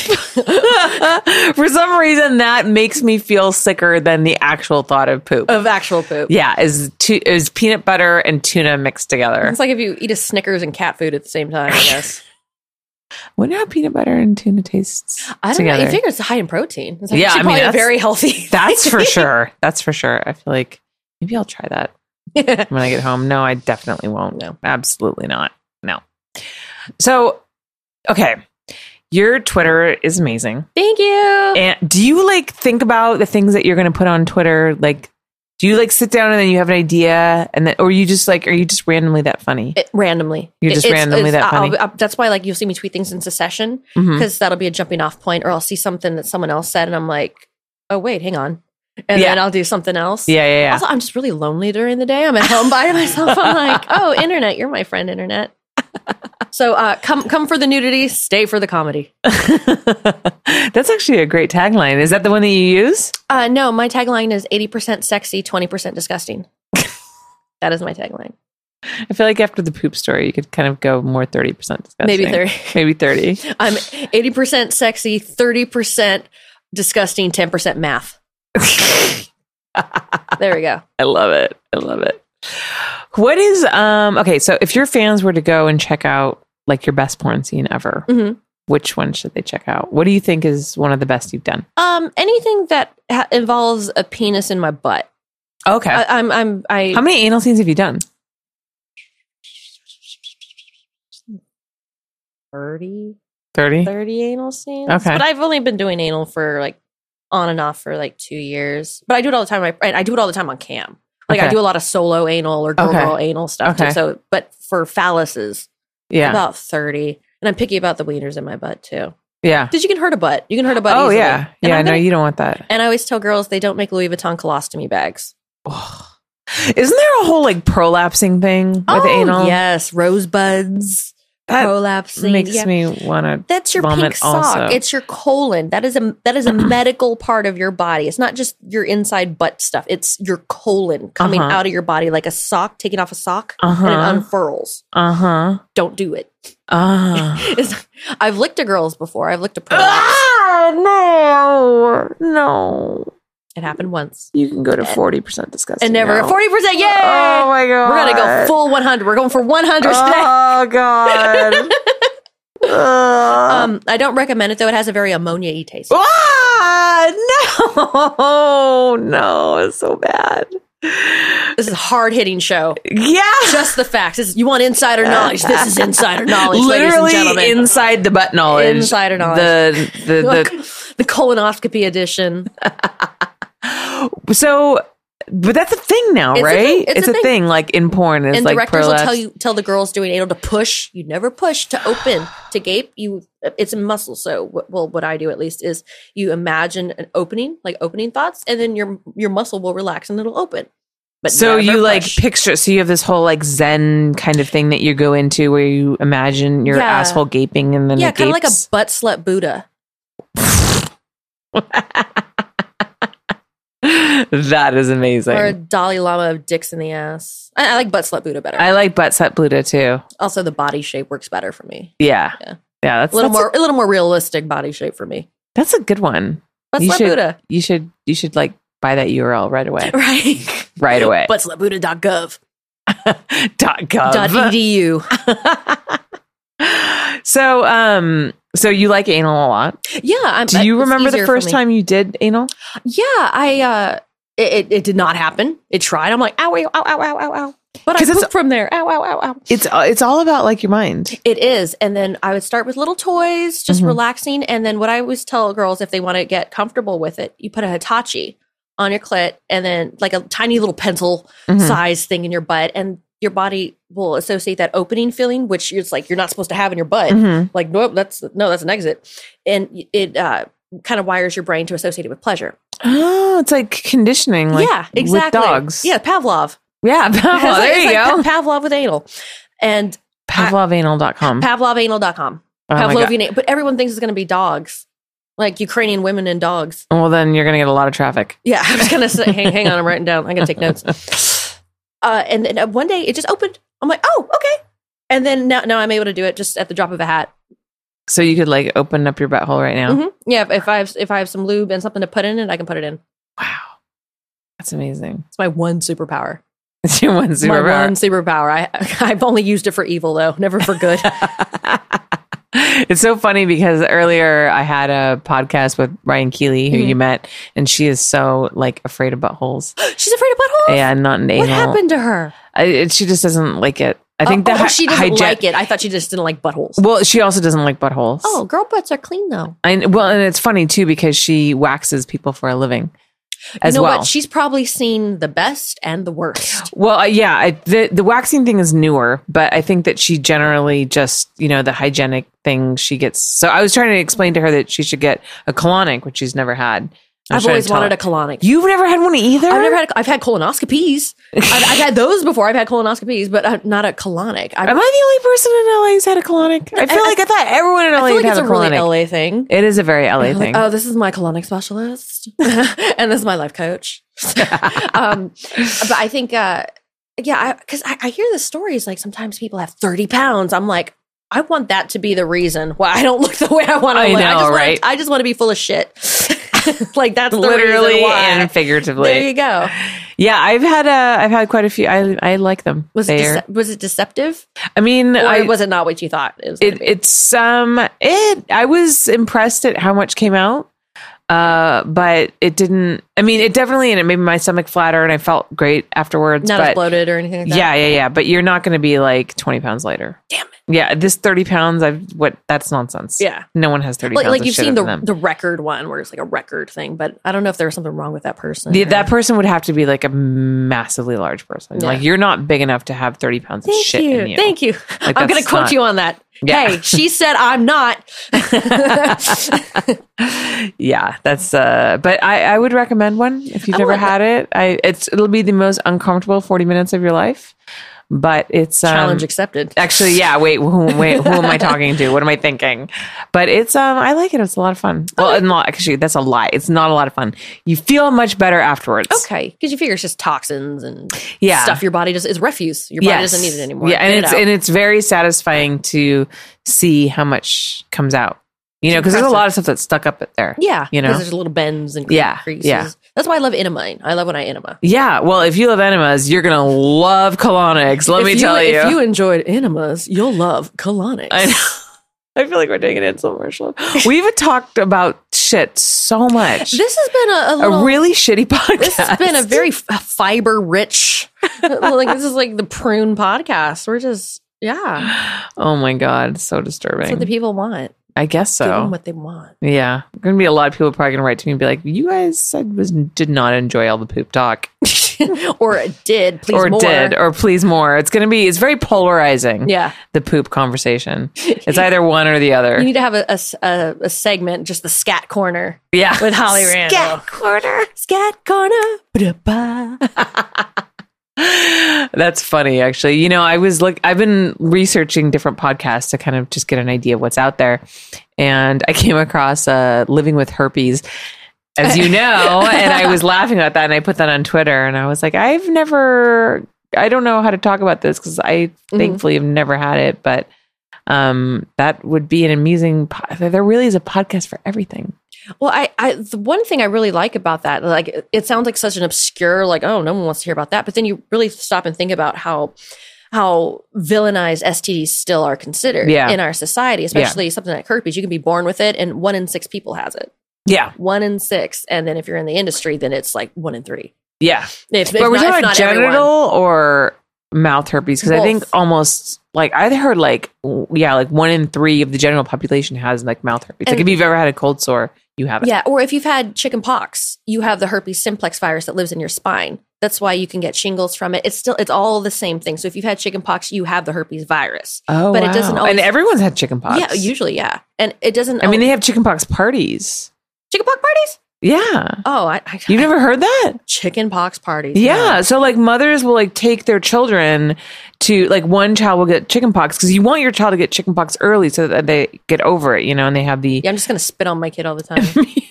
[SPEAKER 1] For some reason that makes me feel sicker than the actual thought of poop.
[SPEAKER 2] Of actual poop.
[SPEAKER 1] yeah, is tu- is peanut butter and tuna mixed together.
[SPEAKER 2] It's like if you eat a Snickers and cat food at the same time, I guess.
[SPEAKER 1] Wonder how peanut butter and tuna tastes
[SPEAKER 2] I don't
[SPEAKER 1] together.
[SPEAKER 2] know. You figure it's high in protein. It's
[SPEAKER 1] Yeah,
[SPEAKER 2] actually
[SPEAKER 1] I mean,
[SPEAKER 2] probably a
[SPEAKER 1] that's-
[SPEAKER 2] very healthy.
[SPEAKER 1] That's for sure. That's for sure. I feel like maybe I'll try that when I get home. No, I definitely won't.
[SPEAKER 2] No.
[SPEAKER 1] Absolutely not. No. So, okay. Your Twitter is amazing.
[SPEAKER 2] Thank you.
[SPEAKER 1] And do you like think about the things that you're going to put on Twitter? Like, do you like sit down and then you have an idea and then, or you just like, are you just randomly that funny?
[SPEAKER 2] It- randomly.
[SPEAKER 1] You're just randomly that funny.
[SPEAKER 2] I'll- I'll- that's why like you'll see me tweet things in succession
[SPEAKER 1] Mhm.
[SPEAKER 2] because that'll be a jumping off point or I'll see something that someone else said and I'm like, oh, wait, hang on. And
[SPEAKER 1] Yeah.
[SPEAKER 2] then I'll do something else.
[SPEAKER 1] Yeah, yeah, yeah.
[SPEAKER 2] Also, I'm just really lonely during the day. I'm at home by myself. I'm like, oh, internet, you're my friend, internet. so uh, come come for the nudity, stay for the comedy.
[SPEAKER 1] That's actually a great tagline. Is that the one that you use?
[SPEAKER 2] Uh, no, my tagline is 80% sexy, 20% disgusting. that is my tagline.
[SPEAKER 1] I feel like after the poop story, you could kind of go more 30% disgusting.
[SPEAKER 2] Maybe 30.
[SPEAKER 1] Maybe 30.
[SPEAKER 2] I'm 80% sexy, 30% disgusting, 10% math. There we go.
[SPEAKER 1] I love it. I love it. What is um okay, so if your fans were to go and check out like your best porn scene ever,
[SPEAKER 2] Mhm.
[SPEAKER 1] which one should they check out? What do you think is one of the best you've done?
[SPEAKER 2] Um, anything that ha- involves a penis in my butt.
[SPEAKER 1] Okay.
[SPEAKER 2] I, I'm I'm I
[SPEAKER 1] Uh, How many anal scenes have you done?
[SPEAKER 2] 30
[SPEAKER 1] 30?
[SPEAKER 2] 30 anal scenes.
[SPEAKER 1] Okay.
[SPEAKER 2] But I've only been doing anal for like on and off for like two years. But I do it all the time. I, I do it all the time on cam. Like I
[SPEAKER 1] Okay.
[SPEAKER 2] do a lot of solo anal or girl
[SPEAKER 1] Okay.
[SPEAKER 2] anal stuff
[SPEAKER 1] Okay.
[SPEAKER 2] too. So, but for phalluses,
[SPEAKER 1] Yeah.
[SPEAKER 2] about 30. And I'm picky about the wieners in my butt too.
[SPEAKER 1] yeah.
[SPEAKER 2] Because you can hurt a butt. You can hurt a butt
[SPEAKER 1] Oh
[SPEAKER 2] easily.
[SPEAKER 1] yeah.
[SPEAKER 2] And
[SPEAKER 1] Yeah,
[SPEAKER 2] I'm
[SPEAKER 1] no,
[SPEAKER 2] gonna-
[SPEAKER 1] you don't want that.
[SPEAKER 2] And I always tell girls they don't make Louis Vuitton colostomy bags.
[SPEAKER 1] Isn't there a whole like prolapsing thing with
[SPEAKER 2] Oh,
[SPEAKER 1] anal?
[SPEAKER 2] yes, rosebuds,
[SPEAKER 1] That
[SPEAKER 2] prolapsing.
[SPEAKER 1] makes
[SPEAKER 2] yeah.
[SPEAKER 1] me wanna
[SPEAKER 2] That's your
[SPEAKER 1] vomit
[SPEAKER 2] pink sock.
[SPEAKER 1] also.
[SPEAKER 2] It's your colon. That is a that is a medical part of your body. It's not just your inside butt stuff. It's your colon coming
[SPEAKER 1] Uh-huh.
[SPEAKER 2] out of your body like a sock, taking off a sock and it
[SPEAKER 1] Uh-huh.
[SPEAKER 2] unfurls.
[SPEAKER 1] Uh-huh.
[SPEAKER 2] Don't do it. Uh-huh.
[SPEAKER 1] Ah.
[SPEAKER 2] It's- I've licked a girl's before. I've licked a prolapse.
[SPEAKER 1] Ah, no, no.
[SPEAKER 2] It happened once.
[SPEAKER 1] You can go to forty percent disgusting.
[SPEAKER 2] And never
[SPEAKER 1] now.
[SPEAKER 2] forty percent. Yay!
[SPEAKER 1] Oh my god.
[SPEAKER 2] We're gonna go full one hundred. We're going for one hundred today.
[SPEAKER 1] Oh god. Ugh.
[SPEAKER 2] Um, I don't recommend it though. It has a very ammonia y taste.
[SPEAKER 1] Oh! ah, no, no, it's so bad.
[SPEAKER 2] This is a hard hitting show.
[SPEAKER 1] Yeah.
[SPEAKER 2] Just the facts. This is, you want insider knowledge. This is insider knowledge,
[SPEAKER 1] Literally
[SPEAKER 2] ladies and gentlemen.
[SPEAKER 1] inside the butt knowledge.
[SPEAKER 2] Insider knowledge.
[SPEAKER 1] The the,
[SPEAKER 2] the colonoscopy edition.
[SPEAKER 1] the so but that's a thing now,
[SPEAKER 2] It's a
[SPEAKER 1] right?
[SPEAKER 2] thing. It's
[SPEAKER 1] It's,
[SPEAKER 2] a
[SPEAKER 1] a thing.
[SPEAKER 2] thing.
[SPEAKER 1] like in porn. It's
[SPEAKER 2] And
[SPEAKER 1] like
[SPEAKER 2] directors will
[SPEAKER 1] prolapse.
[SPEAKER 2] tell you tell the girls doing anal to push. You never push to open to gape. You it's a muscle. So what, well, what I do at least is you imagine an opening, like opening thoughts, and then your your muscle will relax and it'll open. But
[SPEAKER 1] so
[SPEAKER 2] never
[SPEAKER 1] you like
[SPEAKER 2] push.
[SPEAKER 1] picture so you have this whole like zen kind of thing that you go into where you imagine your
[SPEAKER 2] Yeah.
[SPEAKER 1] asshole gaping and then
[SPEAKER 2] yeah,
[SPEAKER 1] it
[SPEAKER 2] kind of like a
[SPEAKER 1] gapes.
[SPEAKER 2] butt slut Buddha.
[SPEAKER 1] that is amazing
[SPEAKER 2] Or a Dalai Lama of dicks in the ass. I, I like butt slut Buddha better.
[SPEAKER 1] i like butt set pluto too
[SPEAKER 2] also, the body shape works better for me.
[SPEAKER 1] yeah
[SPEAKER 2] Yeah.
[SPEAKER 1] yeah, that's
[SPEAKER 2] A little
[SPEAKER 1] that's
[SPEAKER 2] more, a, little more realistic body shape for me.
[SPEAKER 1] that's a good one
[SPEAKER 2] Butt
[SPEAKER 1] You
[SPEAKER 2] slut
[SPEAKER 1] should-
[SPEAKER 2] Buddha,
[SPEAKER 1] you should you should like buy that url right away
[SPEAKER 2] right?
[SPEAKER 1] right away
[SPEAKER 2] Butt slut Buddha.gov.
[SPEAKER 1] dot E gov
[SPEAKER 2] Dot edu.
[SPEAKER 1] so um so you like anal a lot
[SPEAKER 2] Yeah. I'm,
[SPEAKER 1] do you
[SPEAKER 2] it's
[SPEAKER 1] remember the
[SPEAKER 2] easier for
[SPEAKER 1] first
[SPEAKER 2] me.
[SPEAKER 1] time you did anal
[SPEAKER 2] Yeah, I. uh it, it, it did not happen. It tried. I'm like, ow, ow, ow, ow, ow, ow, ow. But I
[SPEAKER 1] 'Cause it's-
[SPEAKER 2] pooped from there. Ow, ow, ow, ow.
[SPEAKER 1] it's uh, it's all about like your mind
[SPEAKER 2] It is. And then I would start with little toys, just
[SPEAKER 1] Mhm.
[SPEAKER 2] relaxing. And then what I always tell girls if they want to get comfortable with it, you put a Hitachi on your clit and then like a tiny little pencil
[SPEAKER 1] Mhm.
[SPEAKER 2] size thing in your butt. And your body will associate that opening feeling, which it's like you're not supposed to have in your butt.
[SPEAKER 1] Mhm.
[SPEAKER 2] Like, nope, that's no, that's an exit. And y- it uh, kind of wires your brain to associate it with pleasure.
[SPEAKER 1] Oh, it's like conditioning. Like
[SPEAKER 2] yeah, exactly.
[SPEAKER 1] With dogs.
[SPEAKER 2] Yeah, Pavlov.
[SPEAKER 1] Yeah. Pavlov.
[SPEAKER 2] It's like-
[SPEAKER 1] there
[SPEAKER 2] it's
[SPEAKER 1] you
[SPEAKER 2] like
[SPEAKER 1] go.
[SPEAKER 2] Pa- Pavlov with anal. And
[SPEAKER 1] Pavlovanal.com.
[SPEAKER 2] pavlovanal.com.
[SPEAKER 1] Mm-hmm. Oh my God.
[SPEAKER 2] Pavlovian, but everyone thinks it's going to be dogs, like Ukrainian women and dogs.
[SPEAKER 1] well, then you're going to get a lot of traffic.
[SPEAKER 2] Yeah, I was going to say, hang, hang on, I'm writing down. I'm going to take notes. Uh, and then uh, one day it just opened. I'm like, oh, okay. And then now, now I'm able to do it just at the drop of a hat.
[SPEAKER 1] So you could like open up your butthole right now.
[SPEAKER 2] Mhm. Yeah, if, if I have if I have some lube and something to put in it, I can put it in.
[SPEAKER 1] Wow. That's amazing.
[SPEAKER 2] It's my one superpower.
[SPEAKER 1] It's your one
[SPEAKER 2] My one
[SPEAKER 1] superpower.
[SPEAKER 2] superpower. I I've only used it for evil though, never for good.
[SPEAKER 1] it's so funny because earlier I had a podcast with Ryan Keeley, who
[SPEAKER 2] Mm-hmm.
[SPEAKER 1] you met, and she is so like afraid of buttholes.
[SPEAKER 2] She's afraid of buttholes.
[SPEAKER 1] Yeah, not an
[SPEAKER 2] what
[SPEAKER 1] anal.
[SPEAKER 2] happened to her?
[SPEAKER 1] I, it, she just doesn't like it. I think
[SPEAKER 2] oh,
[SPEAKER 1] that
[SPEAKER 2] oh, she doesn't
[SPEAKER 1] hyge-
[SPEAKER 2] like it. I thought she just didn't like buttholes.
[SPEAKER 1] Well, she also doesn't like buttholes.
[SPEAKER 2] Oh, girl butts are clean though.
[SPEAKER 1] And well, and it's funny too because she waxes people for a living as
[SPEAKER 2] you know
[SPEAKER 1] well.
[SPEAKER 2] what? She's probably seen the best and the worst.
[SPEAKER 1] well, uh, yeah, I, the the waxing thing is newer, but I think that she generally just you know the hygienic thing she gets. So I was trying to explain to her that she should get a colonic, which she's never had. I was trying
[SPEAKER 2] I've
[SPEAKER 1] to
[SPEAKER 2] always
[SPEAKER 1] tell
[SPEAKER 2] wanted
[SPEAKER 1] her-
[SPEAKER 2] a colonic.
[SPEAKER 1] You've never had one either.
[SPEAKER 2] I've never had. A, I've had colonoscopies. I've, I've had those before. I've had colonoscopies, but uh, not a colonic. I,
[SPEAKER 1] Am I the only person in LA who's had a colonic? I feel like I thought everyone in LA
[SPEAKER 2] I feel like
[SPEAKER 1] had
[SPEAKER 2] it's
[SPEAKER 1] a
[SPEAKER 2] a really
[SPEAKER 1] colonic.
[SPEAKER 2] LA thing.
[SPEAKER 1] it is a very LA
[SPEAKER 2] Like,
[SPEAKER 1] thing.
[SPEAKER 2] oh, this is my colonic specialist, and this is my life coach. um, but I think, uh, yeah, because I, I, hear the stories like sometimes people have thirty pounds. I'm like, I want that to be the reason why I don't look the way I want to
[SPEAKER 1] I
[SPEAKER 2] look. I
[SPEAKER 1] know,
[SPEAKER 2] just wanna-
[SPEAKER 1] right?
[SPEAKER 2] I just want to be full of shit. like that's the
[SPEAKER 1] Literally
[SPEAKER 2] reason why.
[SPEAKER 1] and figuratively.
[SPEAKER 2] there you go.
[SPEAKER 1] Yeah, I've had uh, I've had quite a few. I I like them.
[SPEAKER 2] Was it
[SPEAKER 1] They're-
[SPEAKER 2] dece- was it deceptive,
[SPEAKER 1] I mean,
[SPEAKER 2] or
[SPEAKER 1] I
[SPEAKER 2] was it not what you thought? It was gonna
[SPEAKER 1] it,
[SPEAKER 2] be?
[SPEAKER 1] it's um it. I was impressed at how much came out, uh, but it didn't. I mean, it definitely and it made my stomach flatter, and I felt great afterwards.
[SPEAKER 2] not
[SPEAKER 1] but
[SPEAKER 2] as bloated or anything like that.
[SPEAKER 1] yeah, yeah, yeah. But you're not going to be like 20 pounds later.
[SPEAKER 2] Damn it.
[SPEAKER 1] Yeah, this 30 pounds. I've what? That's nonsense.
[SPEAKER 2] Yeah.
[SPEAKER 1] no one has 30
[SPEAKER 2] Like,
[SPEAKER 1] pounds.
[SPEAKER 2] like
[SPEAKER 1] of
[SPEAKER 2] you've
[SPEAKER 1] shit
[SPEAKER 2] seen
[SPEAKER 1] in
[SPEAKER 2] the
[SPEAKER 1] them.
[SPEAKER 2] the record one where it's like a record thing, but I don't know if there was something wrong with that person.
[SPEAKER 1] Yeah,
[SPEAKER 2] or-
[SPEAKER 1] that person would have to be like a massively large person.
[SPEAKER 2] Yeah.
[SPEAKER 1] Like you're not big enough to have 30 pounds of
[SPEAKER 2] Thank
[SPEAKER 1] shit
[SPEAKER 2] you.
[SPEAKER 1] in you.
[SPEAKER 2] Thank you.
[SPEAKER 1] Like,
[SPEAKER 2] I'm going
[SPEAKER 1] that's
[SPEAKER 2] to quote
[SPEAKER 1] not-
[SPEAKER 2] you on that.
[SPEAKER 1] Yeah.
[SPEAKER 2] Hey, she said I'm not.
[SPEAKER 1] yeah, that's uh but I I would recommend one if you've
[SPEAKER 2] I
[SPEAKER 1] never
[SPEAKER 2] would.
[SPEAKER 1] had it. I it's it'll be the most uncomfortable 40 minutes of your life. But it's um,
[SPEAKER 2] Challenge accepted.
[SPEAKER 1] Actually, yeah. Wait, who, wait. Who am I talking to? What am I thinking? But it's um, I like it. It's a lot of fun. Well, and not actually. That's a lie. It's not a lot of fun. You feel much better afterwards.
[SPEAKER 2] Okay, because you figure it's just toxins and
[SPEAKER 1] Yeah.
[SPEAKER 2] stuff. Your body just is refuse. Your body
[SPEAKER 1] Yes.
[SPEAKER 2] doesn't need it anymore.
[SPEAKER 1] Yeah, and
[SPEAKER 2] Get it
[SPEAKER 1] it's
[SPEAKER 2] out.
[SPEAKER 1] and it's very satisfying to see how much comes out. You know, because there's a lot of stuff that's stuck up there.
[SPEAKER 2] yeah,
[SPEAKER 1] you know.
[SPEAKER 2] 'cause there's little bends and
[SPEAKER 1] Yeah,
[SPEAKER 2] creases.
[SPEAKER 1] yeah.
[SPEAKER 2] That's why I love enema. I love when I enema.
[SPEAKER 1] Yeah, well, if you love enemas, you're gonna love colonics. Let
[SPEAKER 2] if
[SPEAKER 1] me tell you.
[SPEAKER 2] if you enjoyed enemas, you'll love colonics.
[SPEAKER 1] I, know. I feel like we're doing an insult commercial. We've talked about shit so much.
[SPEAKER 2] This has been a,
[SPEAKER 1] a
[SPEAKER 2] a little-
[SPEAKER 1] really shitty podcast.
[SPEAKER 2] This has been a very fiber rich, like this is like the prune podcast. We're just yeah,
[SPEAKER 1] oh my god, so
[SPEAKER 2] that's what
[SPEAKER 1] disturbing.
[SPEAKER 2] the people want.
[SPEAKER 1] I guess
[SPEAKER 2] Give them
[SPEAKER 1] so.
[SPEAKER 2] what they want.
[SPEAKER 1] yeah, gonna be a lot of people probably gonna write to me and be like, "You guys said was did not enjoy all the poop talk."
[SPEAKER 2] or it did please
[SPEAKER 1] or
[SPEAKER 2] more.
[SPEAKER 1] did or please more. It's gonna be it's very polarizing.
[SPEAKER 2] Yeah.
[SPEAKER 1] the poop conversation. It's either one or the
[SPEAKER 2] You
[SPEAKER 1] other.
[SPEAKER 2] need to have a, a s- a- a segment, just the scat corner
[SPEAKER 1] Yeah,
[SPEAKER 2] with Holly Randall.
[SPEAKER 1] Scat
[SPEAKER 2] corner, scat corner. Ba-da-ba.
[SPEAKER 1] That's funny, actually. You know, I was like, I've been researching different podcasts to kind of just get an idea of what's out there, and I came across uh, "Living with Herpes," as you know, and I was laughing about that, and I put that on Twitter, and I was like, I've never, I don't know how to talk about this because I thankfully have never had it, but um, that would be an amusing. po- There really is a podcast for everything.
[SPEAKER 2] Well, I, I the one thing I really like about that, like it- it sounds like such an obscure, like oh, no one wants to hear about that, but then you really stop and think about how how villainized STDs still are considered
[SPEAKER 1] Yeah.
[SPEAKER 2] in our society, especially something like herpes. You can be born with it, and one in six people has it.
[SPEAKER 1] Yeah,
[SPEAKER 2] One in six, and then if you're in the industry, then it's like one in three.
[SPEAKER 1] yeah.
[SPEAKER 2] If, if
[SPEAKER 1] But we're
[SPEAKER 2] not-
[SPEAKER 1] talking
[SPEAKER 2] if
[SPEAKER 1] about
[SPEAKER 2] not everyone.
[SPEAKER 1] genital or mouth herpes because I think
[SPEAKER 2] Both.
[SPEAKER 1] almost like I heard like w- yeah like one in three of the general population has like mouth herpes. like
[SPEAKER 2] And-
[SPEAKER 1] if you've ever had a cold sore, you have it.
[SPEAKER 2] Yeah, or if you've had chicken pox, you have the herpes simplex virus that lives in your spine. That's why you can get shingles from it. It's still it's all the same thing. So if you've had chicken pox, you have the herpes virus.
[SPEAKER 1] Oh,
[SPEAKER 2] But it doesn't
[SPEAKER 1] and
[SPEAKER 2] always-
[SPEAKER 1] everyone's had chickenpox.
[SPEAKER 2] Yeah, usually yeah, and it doesn't. oh,
[SPEAKER 1] I mean, they have chickenpox parties.
[SPEAKER 2] chicken pox parties.
[SPEAKER 1] Yeah,
[SPEAKER 2] Oh, I, I
[SPEAKER 1] you've never heard that.
[SPEAKER 2] chicken pox parties.
[SPEAKER 1] Yeah. So like mothers will like take their children to like one child will get chickenpox because you want your child to get chickenpox early so that they get over it, you know, and they have the
[SPEAKER 2] yeah. I'm just gonna spit on my kid all the time,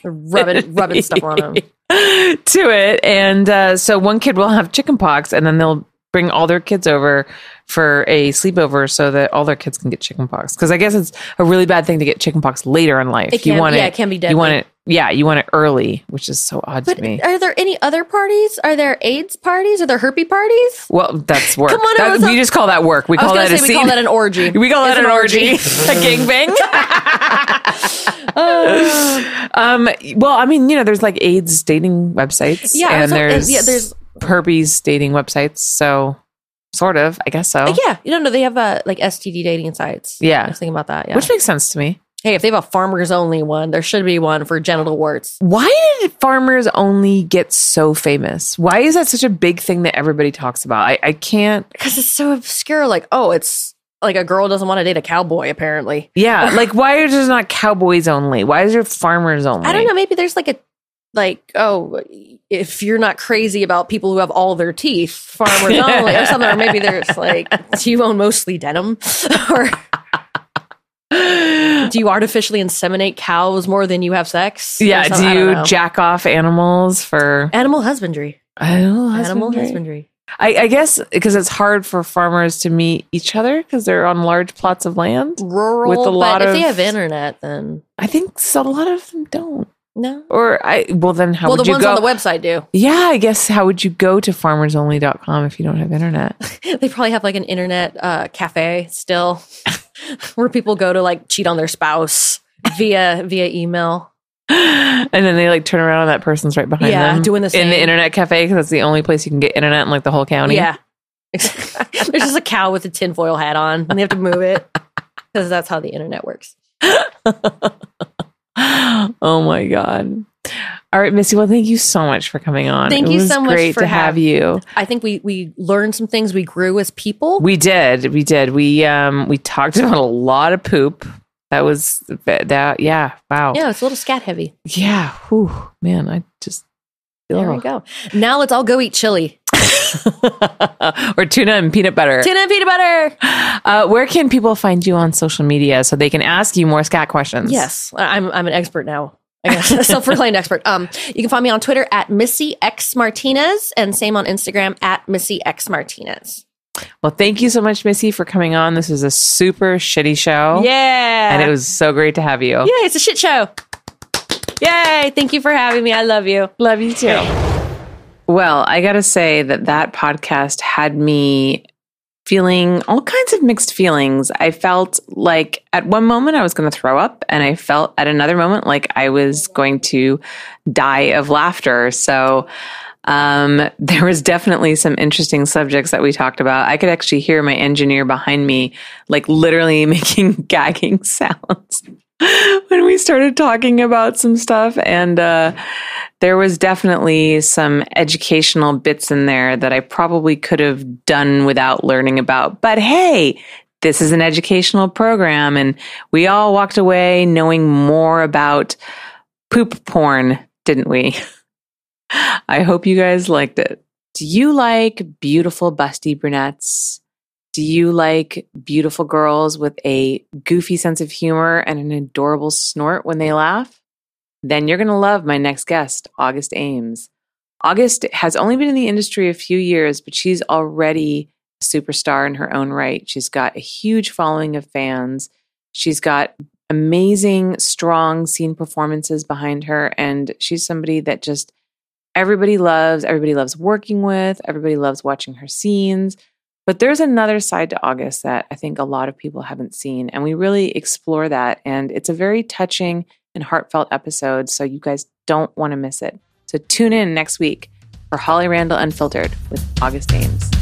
[SPEAKER 2] rubbing rubbing stuff on him.
[SPEAKER 1] to it. And uh, so one kid will have chickenpox, and then they'll bring all their kids over for a sleepover so that all their kids can get chickenpox. Because I guess it's a really bad thing to get chickenpox later in life.
[SPEAKER 2] It can-
[SPEAKER 1] you want
[SPEAKER 2] yeah,
[SPEAKER 1] it,
[SPEAKER 2] it can be
[SPEAKER 1] You want
[SPEAKER 2] deadly.
[SPEAKER 1] it, yeah, you want it early, which is so odd
[SPEAKER 2] But uh,
[SPEAKER 1] to me.
[SPEAKER 2] are there any other parties? Are there AIDS parties? Are there herpes parties?
[SPEAKER 1] well, that's work.
[SPEAKER 2] Come on,
[SPEAKER 1] That-
[SPEAKER 2] Rosa.
[SPEAKER 1] we just call that work. We
[SPEAKER 2] I was
[SPEAKER 1] call
[SPEAKER 2] going
[SPEAKER 1] that a
[SPEAKER 2] to say we
[SPEAKER 1] scene.
[SPEAKER 2] call that an orgy.
[SPEAKER 1] we call
[SPEAKER 2] It's
[SPEAKER 1] that an, orgy, a gangbang. um, well, I mean, you know, there's like AIDS dating websites,
[SPEAKER 2] Yeah,
[SPEAKER 1] and
[SPEAKER 2] so-
[SPEAKER 1] there's
[SPEAKER 2] yeah, there's-
[SPEAKER 1] herpes dating websites. So, sort of, I guess so.
[SPEAKER 2] yeah, you don't know they have uh, like STD dating sites.
[SPEAKER 1] Yeah.
[SPEAKER 2] I was thinking about that. Yeah.
[SPEAKER 1] which makes sense to me.
[SPEAKER 2] hey, if they have a farmers only one, there should be one for genital warts.
[SPEAKER 1] Why did farmers only get so famous? Why is that such a big thing that everybody talks about? I, I can't.
[SPEAKER 2] Because it's so obscure. Like, oh, it's like a girl doesn't want to date a cowboy. Apparently,
[SPEAKER 1] Yeah, like why is there not cowboys only? Why is there farmers only?
[SPEAKER 2] I don't know. Maybe there's like a like oh, if you're not crazy about people who have all their teeth, farmers only, or something. Or maybe there's like, do you own mostly denim, or do you artificially inseminate cows more than you have sex? Or
[SPEAKER 1] Yeah,
[SPEAKER 2] something. I
[SPEAKER 1] do
[SPEAKER 2] don't
[SPEAKER 1] you
[SPEAKER 2] know.
[SPEAKER 1] jack off animals for
[SPEAKER 2] Animal husbandry.
[SPEAKER 1] animal husbandry?
[SPEAKER 2] Animal husbandry.
[SPEAKER 1] I, I guess because it's hard for farmers to meet each other because they're on large plots of land.
[SPEAKER 2] Rural.
[SPEAKER 1] With a lot
[SPEAKER 2] but if they
[SPEAKER 1] of-
[SPEAKER 2] have internet, then
[SPEAKER 1] I think so, a lot of them don't.
[SPEAKER 2] no.
[SPEAKER 1] Or I well then how
[SPEAKER 2] well,
[SPEAKER 1] would
[SPEAKER 2] the
[SPEAKER 1] you
[SPEAKER 2] ones
[SPEAKER 1] go?
[SPEAKER 2] on the website do.
[SPEAKER 1] yeah, I guess how would you go to farmersonly.com if you don't have internet?
[SPEAKER 2] They probably have like an internet uh, cafe still, where people go to like cheat on their spouse via via email.
[SPEAKER 1] and then they like turn around and that person's right behind
[SPEAKER 2] Yeah,
[SPEAKER 1] them
[SPEAKER 2] doing the
[SPEAKER 1] in
[SPEAKER 2] same.
[SPEAKER 1] the internet cafe because that's the only place you can get internet in like the whole county.
[SPEAKER 2] Yeah. There's just a cow with a tinfoil hat on, and they have to move it because that's how the internet works.
[SPEAKER 1] oh my god. All right, Missy. Well, thank you so much for coming on.
[SPEAKER 2] Thank
[SPEAKER 1] It
[SPEAKER 2] you
[SPEAKER 1] was
[SPEAKER 2] so much
[SPEAKER 1] Great
[SPEAKER 2] for
[SPEAKER 1] to have
[SPEAKER 2] hav-
[SPEAKER 1] you.
[SPEAKER 2] I think we we learned some things. We grew as people.
[SPEAKER 1] We did. We did. We um we talked about a lot of poop. That was that. Yeah. Wow.
[SPEAKER 2] yeah, it's a little scat heavy.
[SPEAKER 1] Yeah. Whew, man, I just
[SPEAKER 2] There we go. Now let's all go eat chili.
[SPEAKER 1] or tuna and peanut butter.
[SPEAKER 2] Tuna and peanut butter.
[SPEAKER 1] Uh, where can people find you on social media so they can ask you more scat questions?
[SPEAKER 2] Yes, I- I'm I'm an expert now. I guess self-proclaimed expert. Um, you can find me on Twitter at Missy X Martinez and same on Instagram at Missy X Martinez.
[SPEAKER 1] Well, thank you so much, Missy, for coming on. This was a super shitty show.
[SPEAKER 2] Yeah,
[SPEAKER 1] Oh. And it was so great to have you.
[SPEAKER 2] yeah, it's a shit show. Yay! Thank you for having me. I love you.
[SPEAKER 1] Love you too. Well, I got to say that that podcast had me feeling all kinds of mixed feelings. I felt like at one moment I was going to throw up, and I felt at another moment like I was going to die of laughter. So, um, there was definitely some interesting subjects that we talked about. I could actually hear my engineer behind me, like literally making gagging sounds when we started talking about some stuff. And uh, there was definitely some educational bits in there that I probably could have done without learning about. But hey, this is an educational program, and we all walked away knowing more about poop porn, didn't we? I hope you guys liked it. Do you like beautiful, busty brunettes? Do you like beautiful girls with a goofy sense of humor and an adorable snort when they laugh? Then you're going to love my next guest, August Ames. August has only been in the industry a few years, but she's already a superstar in her own right. She's got a huge following of fans. She's got amazing, strong scene performances behind her. And she's somebody that just everybody loves, everybody loves working with, everybody loves watching her scenes. But there's another side to August that I think a lot of people haven't seen. And we really explore that. And it's a very touching and heartfelt episode. So you guys don't want to miss it. So tune in next week for Holly Randall Unfiltered with August Ames.